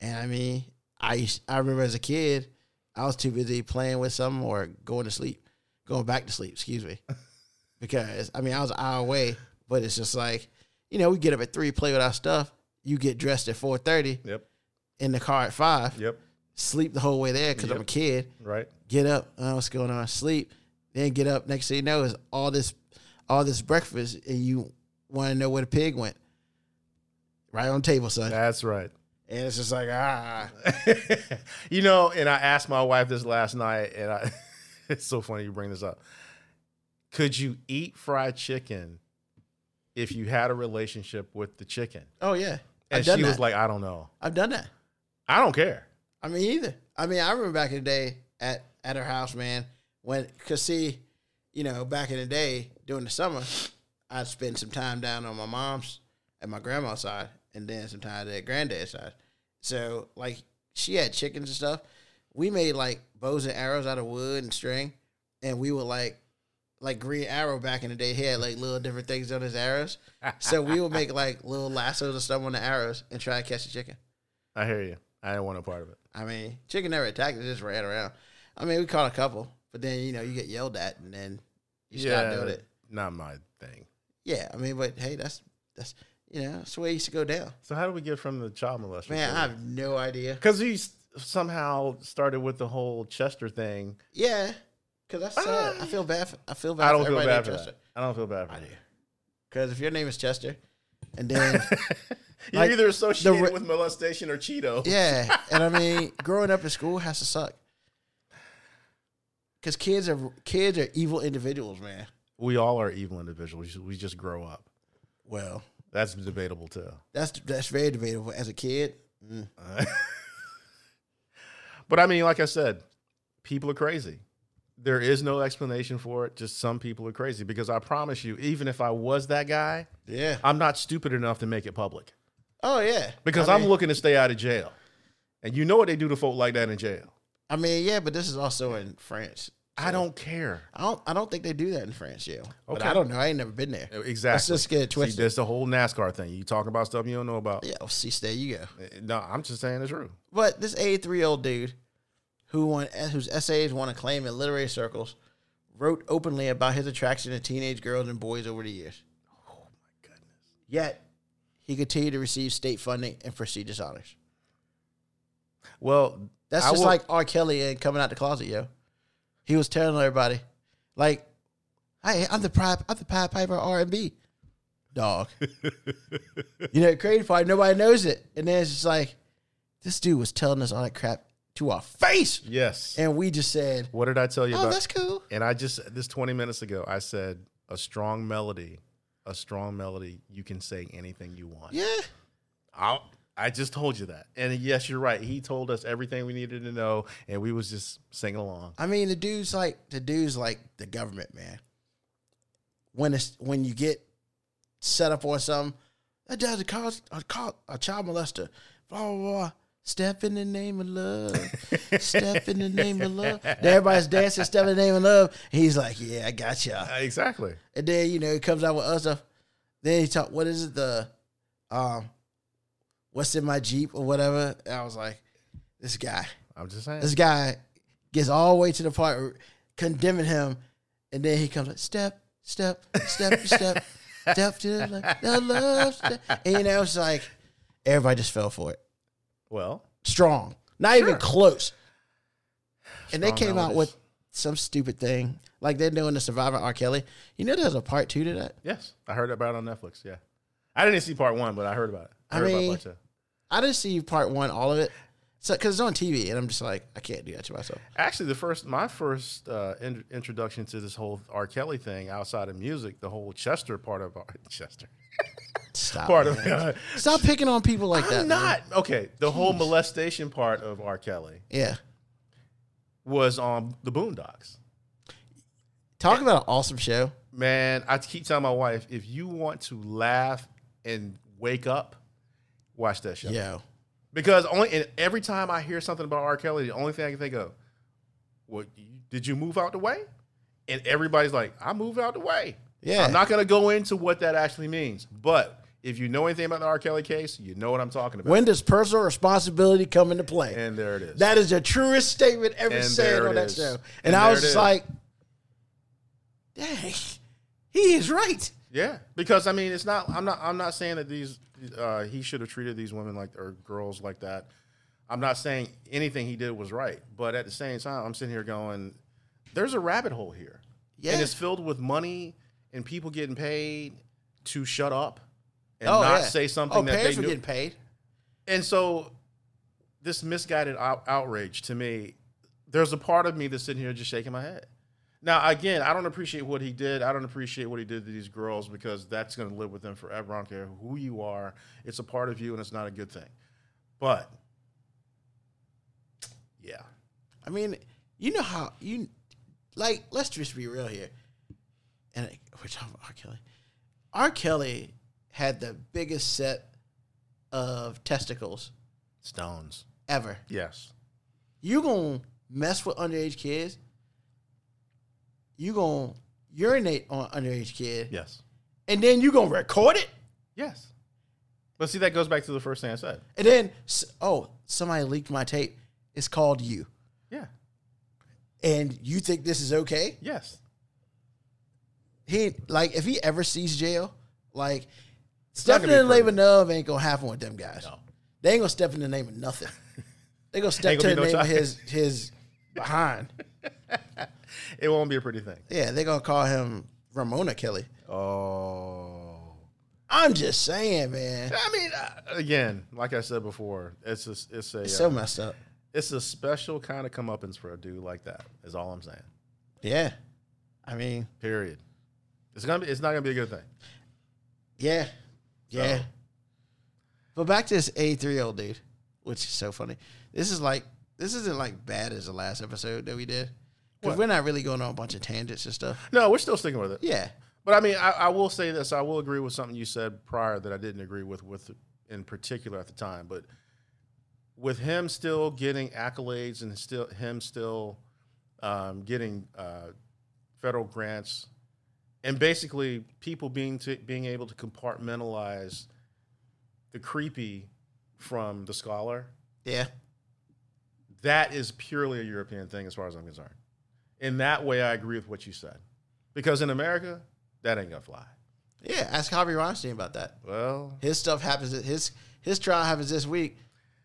And I mean, I used, I remember as a kid, I was too busy playing with some or going to sleep, going back to sleep. Excuse me, because I mean I was an hour away, but it's just like you know we get up at three, play with our stuff. You get dressed at four thirty.
Yep.
in the car at five,
Yep.
sleep the whole way there because I'm a
Yep.
kid.
Right.
Get up, oh, what's going on? Sleep, then get up. Next thing you know is all this, all this breakfast, and you want to know where the pig went, right on the table, son.
That's right.
And it's just like ah,
you know, and I asked my wife this last night, and I it's so funny you bring this up. Could you eat fried chicken if you had a relationship with the chicken?
oh yeah,
And
I've
she
done that.
was like, I don't know.
I've done that.
I don't care.
I mean, either. I mean, I remember back in the day at at her house, man. When, cause see, you know, back in the day during the summer, I'd spend some time down on my mom's and my grandma's side, and then some time at granddad's side. So like, she had chickens and stuff. We made like bows and arrows out of wood and string, and we would like. Like Green Arrow back in the day, he had like little different things on his arrows. So we would make like little lassos and stuff on the arrows and try to catch the chicken.
I hear you. I didn't want no part of it.
I mean, chicken never attacked; it just ran around. I mean, we caught a couple, but then you know you get yelled at, and then you stop doing it.
Not my thing.
Yeah, I mean, but hey, that's that's you know that's the way it used to go down.
So how do we get from the child molester?
Man,
to-
I have no idea.
Because he s- somehow started with the whole Chester thing.
Yeah, because that's sad. I feel bad. For, I feel bad.
I don't
for
feel
everybody
bad for
named
that. I don't feel bad for
I do.
that.
Because if your name is Chester, and then
You're
Like,
either associated
re-
with molestation or Cheeto.
yeah, and I mean, growing up in school has to suck. Because kids are kids are evil individuals, man.
We all are evil individuals. We just grow up.
Well,
That's debatable too.
that's that's very debatable. As a kid,
But I mean, like I said, people are crazy. There is no explanation for it. Just some people are crazy because I promise you, even if I was that guy,
Yeah.
I'm not stupid enough to make it public
Oh yeah.
because
I
I'm
mean-
looking to stay out of jail. And you know what they do to folk like that in jail.
I mean, yeah, but this is also in France.
I don't care.
I don't. I don't think they do that in France, yeah. But
Okay.
I don't know. I ain't never been there.
Exactly.
Let's just get it
See,
twisted.
that's the whole NASCAR thing. You talking about stuff you don't know about.
Yeah, well, see, there you go.
No, I'm just saying it's true.
But this 83 year old dude who won, whose essays won acclaim in literary circles wrote openly about his attraction to teenage girls and boys over the years. Oh my goodness. Yet he continued to receive state funding and prestigious honors.
Well,
That's
I
just
will-
like R. Kelly and coming out the closet, yo. He was telling everybody, like, "Hey, I'm the pride, I'm the Pied Piper of R and B, dog." you know, crazy part. Nobody knows it, and then it's just like, this dude was telling us all that crap to our face,
yes.
and we just said,
what did I tell you
"Oh,
about?
that's cool."
And I just this 20 minutes ago, I said a strong melody, a strong melody. You can say anything you want.
Yeah,
I I just told you that. And yes, you're right. He told us everything we needed to know, and we was just singing along.
I mean, the dude's like the dude's like the government, man. When it's when you get set up on something, that does a call a call a child molester. Blah blah blah. Step in the name of love. step in the name of love. Then everybody's dancing, step in the name of love. He's like, Yeah, I got ya.
Uh, exactly.
And then, you know, he comes out with other stuff. Then he talk what is it, the um what's in my Jeep or whatever. And I was like, This guy
I'm just saying.
this guy gets all the way to the part where condemning him, and then he comes like step, step, step, step, step to the, left, the love, step. and you know it's like everybody just fell for it.
well,
Strong, not even
Sure.
close. and they
Strong
came out
melodies.
with some stupid thing like they're doing the Survivor R. Kelly. You know, there's a part two to that.
yes, I heard about it on Netflix. Yeah, I didn't see part one, but I heard about it. I,
I
heard
mean-
about part two.
I didn't see part one, all of it, so because it's on TV, and I'm just like, I can't do that to myself.
Actually, the first my first uh, in- introduction to this whole R. Kelly thing outside of music, the whole Chester part of Chester
Stop.
part of
man. Stop picking on people like that.
I'm
man.
not okay. The whole molestation part of R. Kelly
Yeah.
was on the Boondocks.
Talk about an awesome show.
Man, I keep telling my wife, if you want to laugh and wake up, watch that show.
Yo.
Because only and every time I hear something about R. Kelly, the only thing I can think of, well, you- did you move out the way? And everybody's like, I moved out the way.
Yeah.
I'm not gonna go into what that actually means, but if you know anything about the R. Kelly case, you know what I'm talking about.
When does personal responsibility come into play?
and there it is.
that is the truest statement ever
And
said
there
on
it
that
is.
show. And,
And
I
there
was
it
just
is.
like, dang, he is right.
Yeah, because I mean, it's not. I'm not. I'm not saying that these. Uh, he should have treated these women like or girls like that. I'm not saying anything he did was right, but at the same time, I'm sitting here going, "There's a rabbit hole here,
Yeah.
and it's filled with money and people getting paid to shut up and
Oh,
not
yeah.
say something
oh,
that
parents
they
were
knew."
getting paid.
And so, this misguided out- outrage to me, there's a part of me that's sitting here just shaking my head. Now, again, I don't appreciate what he did. I don't appreciate what he did to these girls because that's going to live with them forever. I don't care who you are, it's a part of you, and it's not a good thing. But yeah,
I mean, you know how you like. Let's just be real here, and it- we're talking about R. Kelly. R. Kelly had the biggest set of testicles
stones.
ever.
Yes,
you gonna mess with underage kids. You gonna urinate on underage kid,
yes,
and then you gonna record it,
yes. But see, that goes back to the first thing I said.
and then s- oh, somebody leaked my tape. It's called you,
Yeah,
and you think this is okay?
yes.
He like if he ever sees jail, like
not
stepping
gonna
in the
be
name of
pretty.
love ain't gonna happen with them guys. They ain't gonna step in the name of nothing. They gonna step
Ain't
to
gonna
the
be
name
no
of
time.
his his behind.
It won't be a pretty thing.
Yeah, they gonna call him Ramona Kelly.
Oh.
I'm just saying, man.
I mean, uh, again, like I said before, it's a, it's a
It's so
uh,
messed up.
it's a special kind of comeuppance for a dude like that. Is all I'm saying.
Yeah. I mean,
Period. It's gonna be. It's not gonna be a good thing.
yeah. Yeah.
So-
But back to this A3 year old dude, which is so funny. This is like, this isn't like bad as the last episode that we did. Because we're not really going on a bunch of tangents and stuff.
No, we're still sticking with it.
Yeah.
But I mean, I, I will say this. I will agree with something you said prior that I didn't agree with, with in particular at the time. But with him still getting accolades and still him still um, getting uh, federal grants, and basically people being to, being able to compartmentalize the creepy from the scholar,
Yeah.
that is purely a European thing as far as I'm concerned. In that way, I agree with what you said, because in America, that ain't gonna fly.
Yeah. Ask Harvey Weinstein about that.
Well,
His stuff happens. His his trial happens this week.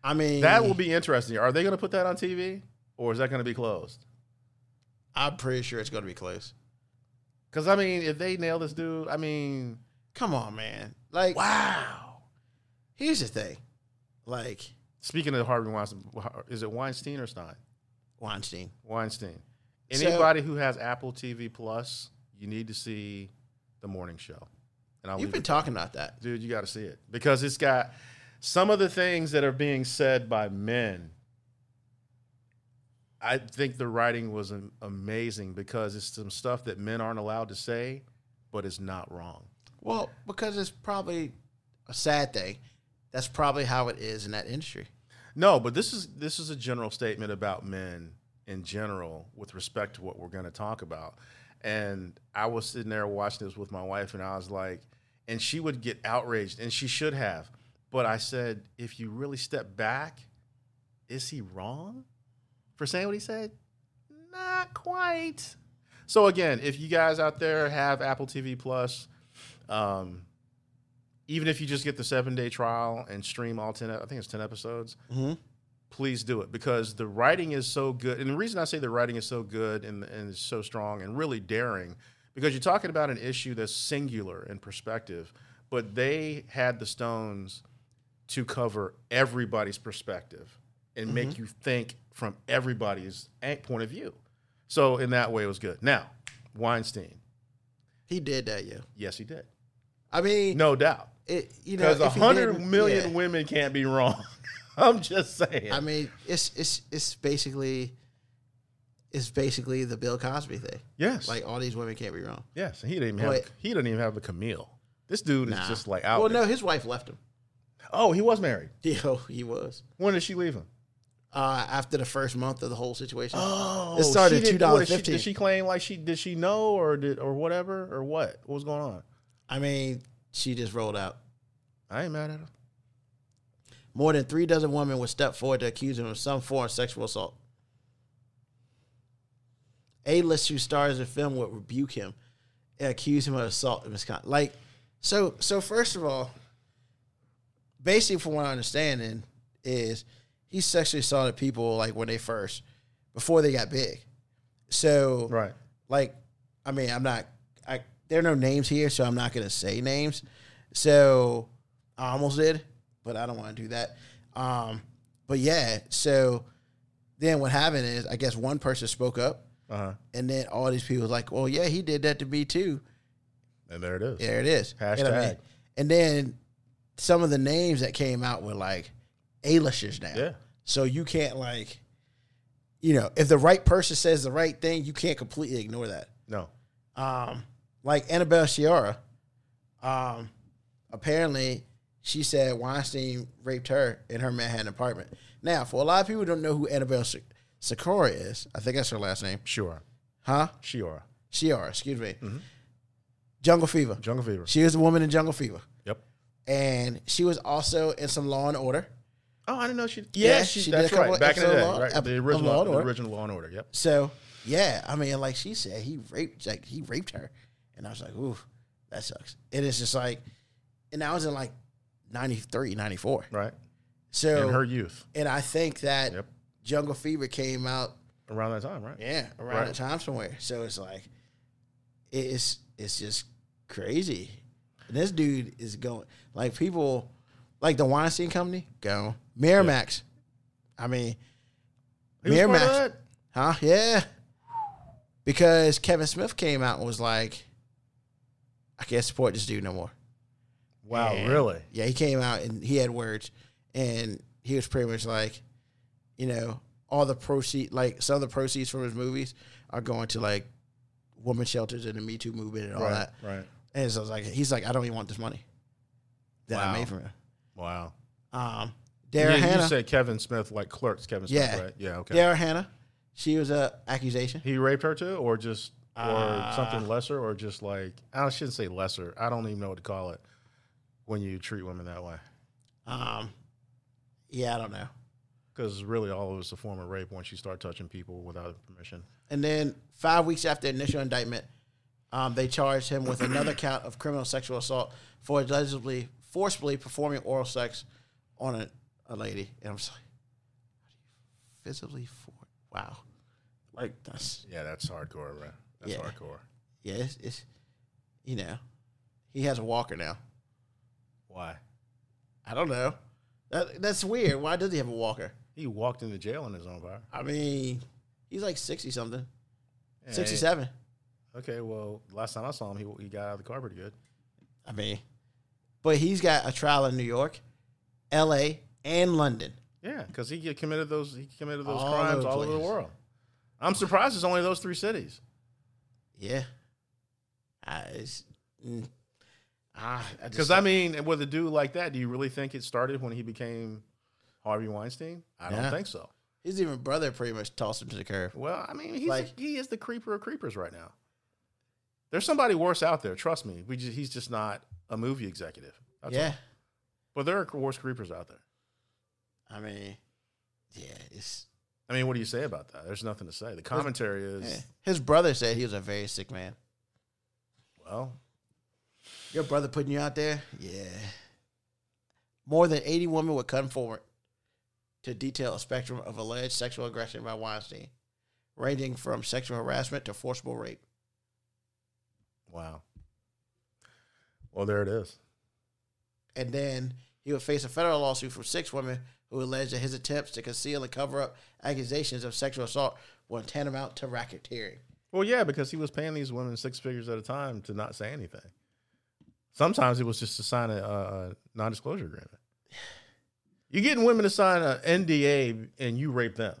I mean,
that will be interesting. Are they going to put that on TV or is that going to be closed?
I'm pretty sure it's going to be close.
Because I mean, if they nail this dude, I mean,
Come on, man. Like,
wow.
here's the thing. Like
Speaking of Harvey Weinstein, is it Weinstein or Stein?
Weinstein.
Weinstein.
So-
Anybody who has Apple TV Plus, you need to see the morning show. And I'll
You've
leave
been
it-
talking about that.
dude, you got to see it because it's got some of the things that are being said by men. I think the writing was am- amazing because it's some stuff that men aren't allowed to say, but it's not wrong.
Well, because it's probably a sad thing. That's probably how it is in that industry.
No, but this is this is a general statement about men in general with respect to what we're going to talk about. And I was sitting there watching this with my wife, and I was like, and she would get outraged, and she should have. But I said, if you really step back, is he wrong for saying what he said? Not quite. So again, if you guys out there have Apple TV Plus, um, even if you just get the seven day trial and stream all 10 i think it's 10 episodes please do it because the writing is so good and the reason i say the writing is so good and, and is so strong and really daring because you're talking about an issue that's singular in perspective but they had the stones to cover everybody's perspective and make
Mm-hmm.
you think from everybody's an- point of view so in that way it was good now weinstein
He did that, yeah.
yes he did
I mean,
no doubt
it, you know,
because a
if he
hundred
didn't-
million
yeah.
women can't be wrong. I'm just saying.
I mean, it's it's it's basically it's basically the Bill Cosby thing.
yes,
Like all these women can't be wrong.
yes. He didn't even have.
Wait.
He didn't even have a Camille. This dude
Nah.
is just like out.
Well,
there.
no, his wife left him.
Oh, he was married.
Yo, he was
When did she leave him?
uh, after the first month of the whole situation.
Oh,
It started
she did- what, did she-
$2.15.
Did she claim like she did she know or did or whatever or what? What was going on?
I mean, she just rolled out.
I ain't mad at her.
More than three dozen women would step forward to accuse him of some form of sexual assault. A-list who stars in film would rebuke him and accuse him of assault and misconduct. Like, so, so first of all, basically, from what I understanding is he sexually assaulted people like when they first, before they got big. So,
Right.
like I mean, I'm not I there are no names here, so I'm not gonna say names. So I almost did, but I don't want to do that. Um but yeah, so then what happened is I guess one person spoke up
Uh huh.
and then all these people was like, Well yeah, he did that to me too.
And there it is.
There it is. You know what I mean?
Hashtag.
And then some of the names that came out were like A-listers now.
Yeah.
So you can't like you know, if the right person says the right thing, you can't completely ignore that
No.
um, like Annabelle Shiara, um, apparently she said Weinstein raped her in her Manhattan apartment. Now, for a lot of people who don't know who Annabelle Sa- Sakura is, I think that's her last name,
Sure.
huh?
Shiora.
Shiara, excuse me. Jungle Fever.
Jungle Fever.
She was the woman in Jungle Fever,
yep.
and she was also in some Law and Order.
Oh, I didn't know she.
Yeah,
Yeah,
she
she.
did
That's
a couple
right. Back in the
episodes
day,
of Law-
right?
of
The original,
Law and
the
Order.
original Law and Order. Yep.
So yeah, I mean, like she said, he raped, like he raped her, and I was like, ooh, that sucks. And it's just like, and I was in like 93, 94.
Right.
So
in her youth,
and I think that
Yep.
Jungle Fever came out,
around that time, right?
yeah, around
Right.
that time somewhere. So it's like, it's it's just crazy. And this dude is going like people, like the Weinstein Company, go Miramax. I mean,
He was part of
Miramax.
that?
Huh? Yeah. Because Kevin Smith came out and was like, I can't support this dude no more.
Wow,
And-
really?
Yeah, he came out and he had words and he was pretty much like, you know, all the proceed, like some of the proceeds from his movies, are going to like women shelters and the Me Too movement and all
right,
that.
right.
And so it's like he's like, I don't even want this money that
Wow.
I made from him.
Wow.
Um,
Yeah,
Dara Hannah,
you said Kevin Smith, like clerks, Kevin Smith,
Yeah.
right? Yeah, okay.
Dara Hannah, she was a accusation.
He raped her too, or just or
Uh,
something lesser, or just like I shouldn't say lesser. I don't even know what to call it when you treat women that way.
Um, yeah, I don't know.
Because really, all of it's a form of rape once you start touching people without permission.
And then five weeks after initial indictment, um, they charged him with another count of criminal sexual assault for allegedly forcibly performing oral sex on a, a lady. And I'm just like, visibly for wow, like that's
Yeah, that's hardcore, man. That's
Yeah.
hardcore.
yeah, it's, it's you know, he has a walker now.
Why?
I don't know. That, that's weird. Why does he have a walker?
He walked into jail in his own power.
I mean, he's like sixty something,
Yeah,
sixty seven.
Okay, well, last time I saw him, he, he got out of the car pretty good.
I mean, but he's got a trial in New York, L.A., and London.
Yeah, because he get- committed those he committed those
All
crimes
over the
all over the
place.
world. I'm surprised it's only those three cities.
Yeah, I, it's, mm, ah, I just-
Because I mean, with a dude like that, do you really think it started when he became Harvey Weinstein? I don't
Yeah.
think so.
his even brother pretty much tossed him to the curb.
Well, I mean, he's
Like-
he is the creeper of creepers right now. There's somebody worse out there. Trust me. We just, he's just not a movie executive. That's
yeah,
all. But there are worse creepers out there.
I mean, yeah, it's
I mean, what do you say about that? There's nothing to say. The commentary is
yeah. his brother said he was a very sick man.
well,
Your brother putting you out there, yeah. More than eighty women would come forward to detail a spectrum of alleged sexual aggression by Weinstein, ranging from sexual harassment to forcible rape.
wow. Well, there it is.
and then he would face a federal lawsuit from six women who alleged that his attempts to conceal and cover up accusations of sexual assault were tantamount to racketeering.
Well, yeah, because he was paying these women six figures at a time to not say anything. Sometimes it was just to sign a, uh non-disclosure agreement. You're getting women to sign an NDA and you rape them.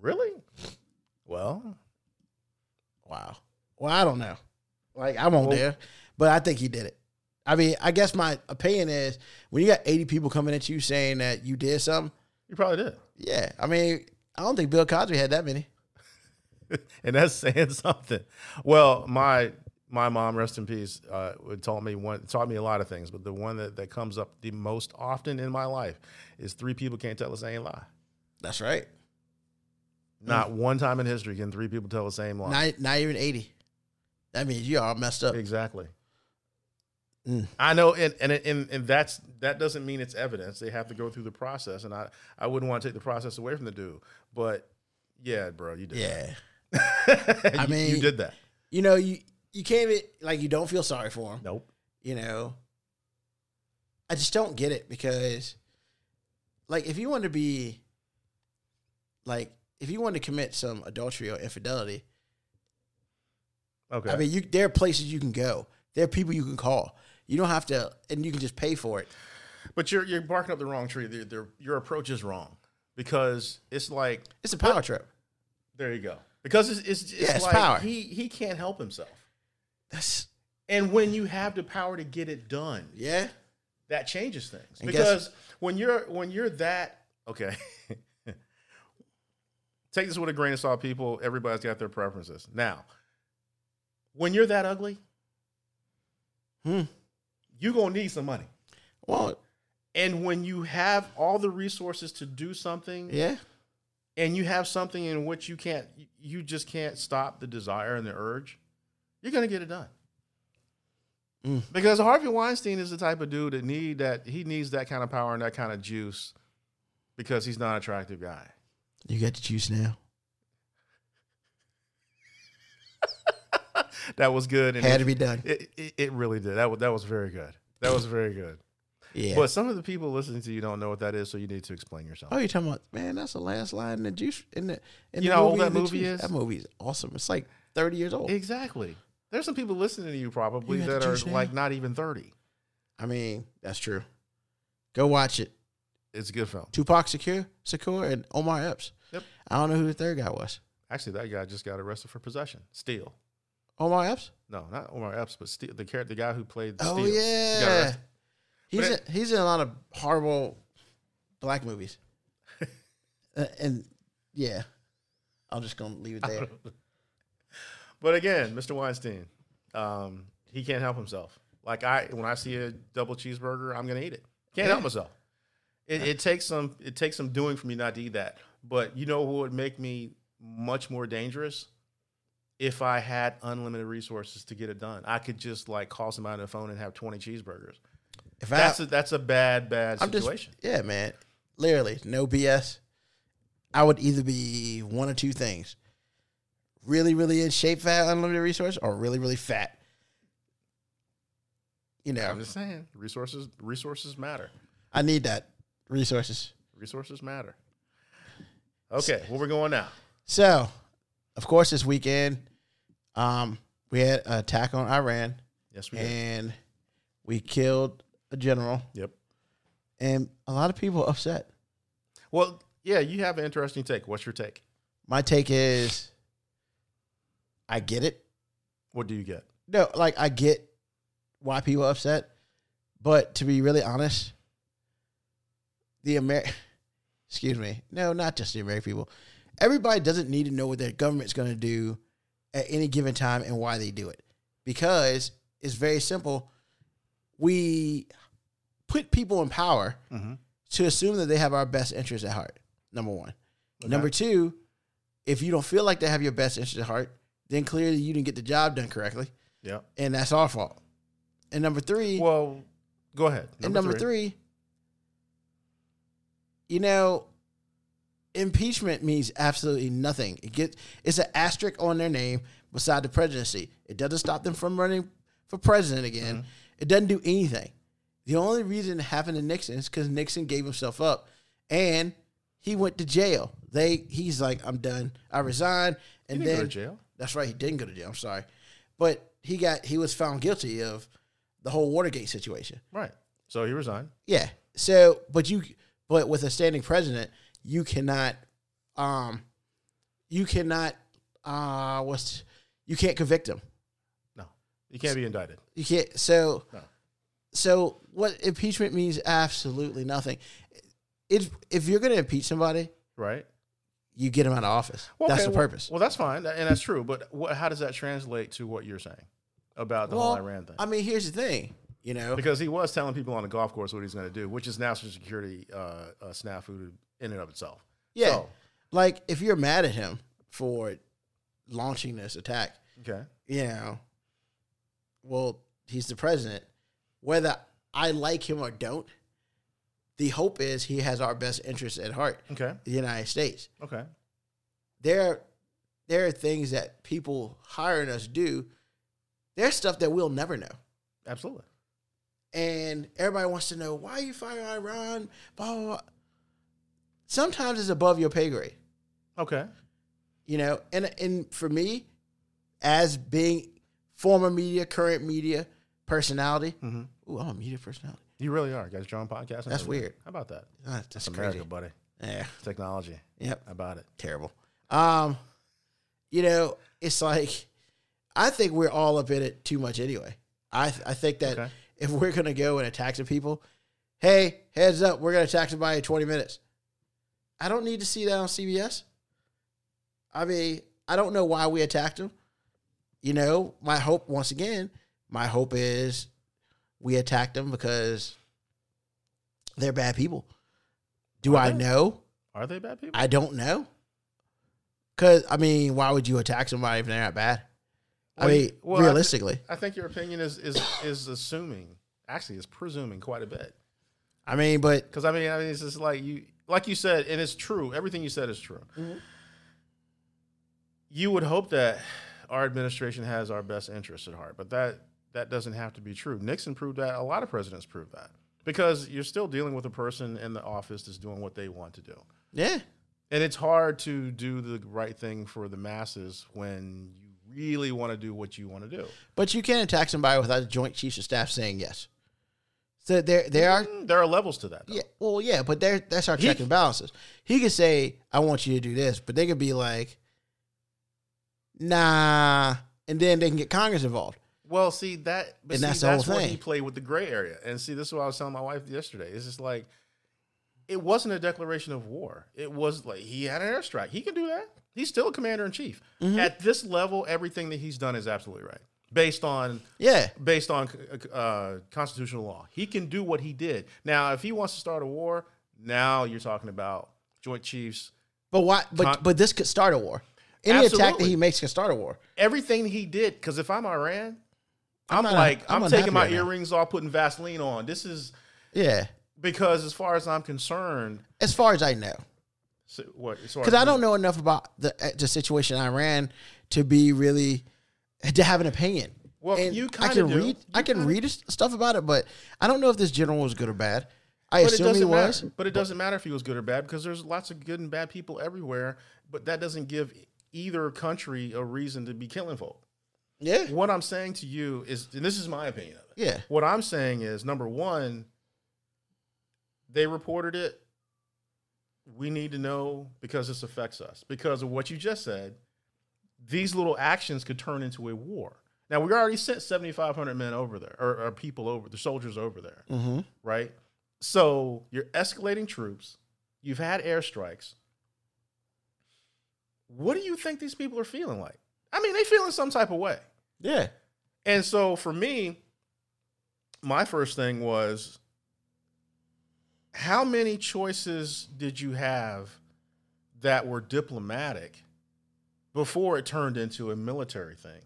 Really? Well,
Wow. Well, I don't know. Like I won't
Well-
dare, but I think he did it. I mean, I guess my opinion is when you got eighty people coming at you saying that you did something.
you probably did,
Yeah, I mean, I don't think Bill Cosby had that many.
and that's saying something. Well, my my mom, rest in peace, uh, would taught me one taught me a lot of things, but the one that, that comes up the most often in my life is three people can't tell the same lie.
That's right.
Not one time in history can three people tell the same lie.
Not not even eighty. That means you all messed up.
Exactly.
Mm.
I know, and, and and and that's that doesn't mean it's evidence. They have to go through the process, and I I wouldn't want to take the process away from the dude, but yeah, bro, you did.
Yeah.
that.
I
You- you
mean-
did that.
You know, you you can't even- like you don't feel sorry for him.
Nope.
you know i just don't get it because like if you want to be like if you want to commit some adultery or infidelity
Okay.
i mean you there are places you can go there are people you can call you don't have to and you can just pay for it
but you're you're barking up the wrong tree. Your- your- your approach is wrong because it's like
it's a power trip
there you go. Because it's it's, it's
Yeah, it's
like
power.
he he can't help himself,
that's
and when you have the power to get it done,
yeah
that changes things
And guess-
because when you're when you're that okay take this with a grain of salt people everybody's got their preferences now when you're that ugly
Hmm.
you're gonna need some money
well
and when you have all the resources to do something
yeah
and you have something in which you can't you just can't stop the desire and the urge you're gonna get it done
Mm.
because harvey weinstein is the type of dude that need that he needs that kind of power and that kind of juice because he's not an attractive guy
you got to choose now
that was good and
had to be done
it, it, it really did that was, that was very good that was very good
yeah
but some of the people listening to you don't know what that is so you need to explain yourself
Oh, you're talking about man? That's the last line in the juice in the in
You
the
know how old
movie
that
The
movie
Juice.
is?
That movie is awesome. It's like thirty years old.
exactly there's some people listening to you probably
You got
that
the
are
juice now?
like not even 30
I mean, that's true. Go watch it.
It's a good film.
Tupac Secure, Secure, and Omar Epps.
Yep.
I don't know who the third guy was.
Actually, that guy just got arrested for possession. Steal.
Omar Epps.
No, not Omar Epps, but Steele, the character, the guy who played.
Oh
Steele. He got
yeah,
arrested.
he's
But
in, he's in a lot of horrible black movies, Uh, and yeah, I'm just gonna leave it there.
But again, Mr. Weinstein, um, he can't help himself. Like I, when I see a double cheeseburger, I'm gonna eat it. Can't help myself. It, it takes some it takes some doing for me not to eat that. But you know what would make me much more dangerous if I had unlimited resources to get it done. I could just like call somebody on the phone and have 20 cheeseburgers.
If I,
That's a, that's a bad bad
I'm just
situation.
yeah, man. Literally, no BS. I would either be one or two things: really, really in shape, fat, unlimited resource, or really, really fat. You know,
I'm just saying, resources resources matter.
I need that resources.
Resources matter. Okay, where we're going now?
So, of course, this weekend, um, we had an attack on Iran,
Yes, we did.
and we killed a general,
Yep.
and a lot of people upset.
Well, yeah, you have an interesting take. What's your take?
My take is, I get it.
What do you get?
No, like I get why people are upset, but to be really honest, the Amer, excuse me, no, not just the American people. Everybody doesn't need to know what their government's going to do at any given time and why they do it, because it's very simple. We put people in power to assume that they have our best interest at heart. Number one. Number two, if you don't feel like they have your best interest at heart, then clearly you didn't get the job done correctly
Yeah.
and that's our fault. And number three,
Well, go ahead.
and number three. you know, impeachment means absolutely nothing. It gets it's an asterisk on their name beside the presidency. It doesn't stop them from running for president again.
Mm-hmm.
It doesn't do anything. The only reason it happened to Nixon is because Nixon gave himself up, and he went to jail. They he's like, I'm done. I resign, and
didn't go
then
to jail.
That's right. He didn't go to jail. I'm sorry, but he got he was found guilty of the whole Watergate situation.
Right. So he resigned.
Yeah. So, but you, but with a standing president, you cannot, um, you cannot, uh, what's, you can't convict him.
No, you can't be indicted.
You can't. So,
No.
so what impeachment means absolutely nothing. If if you're gonna impeach somebody,
Right.
you get him out of office.
Well,
That's
okay,
the
well-
purpose.
Well, that's fine, tha- and that's true. But what, how does that translate to what you're saying about the whole
Well,
Iran thing?
I mean, here's the thing. You know,
because he was telling people on the golf course what he's going to do, which is national security uh, a snafu in and of itself.
yeah.
So,
Like if you're mad at him for launching this attack,
okay.
you know, well, he's the president. Whether I like him or don't, the hope is he has our best interests at heart,
Okay.
the United States.
Okay.
There, there are things that people hiring us do. There's stuff that we'll never know.
Absolutely.
And everybody wants to know why you fire Iran, blah, blah, blah. Sometimes it's above your pay grade.
Okay.
you know and and for me as being former media current media personality
Mhm.
ooh i'm a media personality
You really are, guys. Your own podcast. and
That's
everything.
weird.
How about that?
Ah, that's
It's America,
crazy
buddy.
yeah
Technology.
yep
How about it?
terrible um you know it's like i think we're all up in it too much anyway i i think that
Okay.
if we're gonna go and attack the people hey heads up we're gonna attack somebody in 20 minutes i don't need to see that on cbs I mean, I don't know why we attacked him. You know, my hope once again, my hope is we attacked them because they're bad people. Do
Are
I
they?
know?
Are they bad people?
I don't know. Cause I mean, why would you attack somebody if they're not bad? I
Well, you-
mean,
well, I thi-
realistically,
I think your opinion is is is assuming, actually, is presuming quite a bit.
I, mean, but
Because I mean, I mean, it's just like you, like you said, and it's true. Everything you said is true.
Mm-hmm.
You would hope that our administration has our best interests at heart, but that that doesn't have to be true. Nixon proved that. A lot of presidents proved that because you're still dealing with a person in the office that's doing what they want to do.
yeah,
And it's hard to do the right thing for the masses when you really want to do what you want to do.
but you can attack somebody without the Joint Chiefs of Staff saying yes. So there there are
Mm, There are levels to that. though.
yeah, well, yeah, but there that's our
He-
check and balances. He could say, I want you to do this, but they could be like, nah. And then they can get Congress involved.
Well, see that, but
And
see,
that's
that's,
the whole
where
thing.
he played with the gray area. And see, this is what I was telling my wife yesterday. It's just like it wasn't a declaration of war. It was like he had an airstrike. He can do that. He's still a commander in chief.
Mm-hmm.
At this level, everything that he's done is absolutely right, based on
Yeah.
based on uh, constitutional law. He can do what he did. Now, if he wants to start a war, now you're talking about joint chiefs.
But why but
Con-
but this could start a war. Any attack that
Absolutely.
he makes can start a war.
Everything he did, because if I'm Iran, I'm,
not-
like
I'm
I'm, taking
unhappy
my
right now.
earrings off, putting Vaseline on. This is
Yeah.
because as far as I'm concerned,
As far as I know.
so what? as far
Because
as-
I don't know enough about the uh, the situation in Iran to be really to have an opinion.
Well, you
I
kinda
can
do.
read
You
I can
kinda-
read s- stuff about it, but I don't know if this general was good or bad. I
But it
assume he
doesn't
was.
matter. But it doesn't matter if he was good or bad because there's lots of good and bad people everywhere. But that doesn't give either country a reason to be killing folk.
Yeah.
What I'm saying to you is, and this is my opinion of it.
Yeah.
What I'm saying is, number one, they reported it. We need to know because this affects us. Because of what you just said, these little actions could turn into a war. Now we already sent 7,500 men over there, or, or people over, the soldiers over there,
Mm-hmm.
right? So you're escalating troops. You've had airstrikes. What do you think these people are feeling like? I mean, they feeling some type of way.
Yeah.
And so for me, my first thing was how many choices did you have that were diplomatic before it turned into a military thing?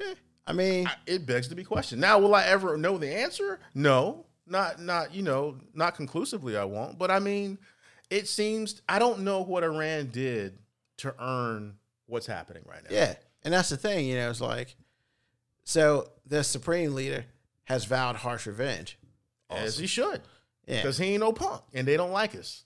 Yeah. I mean,
I- It begs to be questioned. Now, will I ever know the answer? No, not not you know not conclusively. I won't. But I mean, it seems I don't know what Iran did to earn what's happening right now.
yeah. And that's the thing, you know, it's like so the supreme leader has vowed harsh revenge.
as he should.
Yeah.
because he ain't no punk, and they don't like us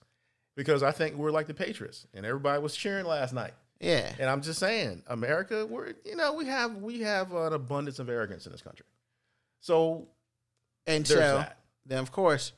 because I think we're like the Patriots, and everybody was cheering last night.
Yeah.
And I'm just saying, America, we're you know we have we have an abundance of arrogance in this country, so
And
There's
so
that.
then, of course,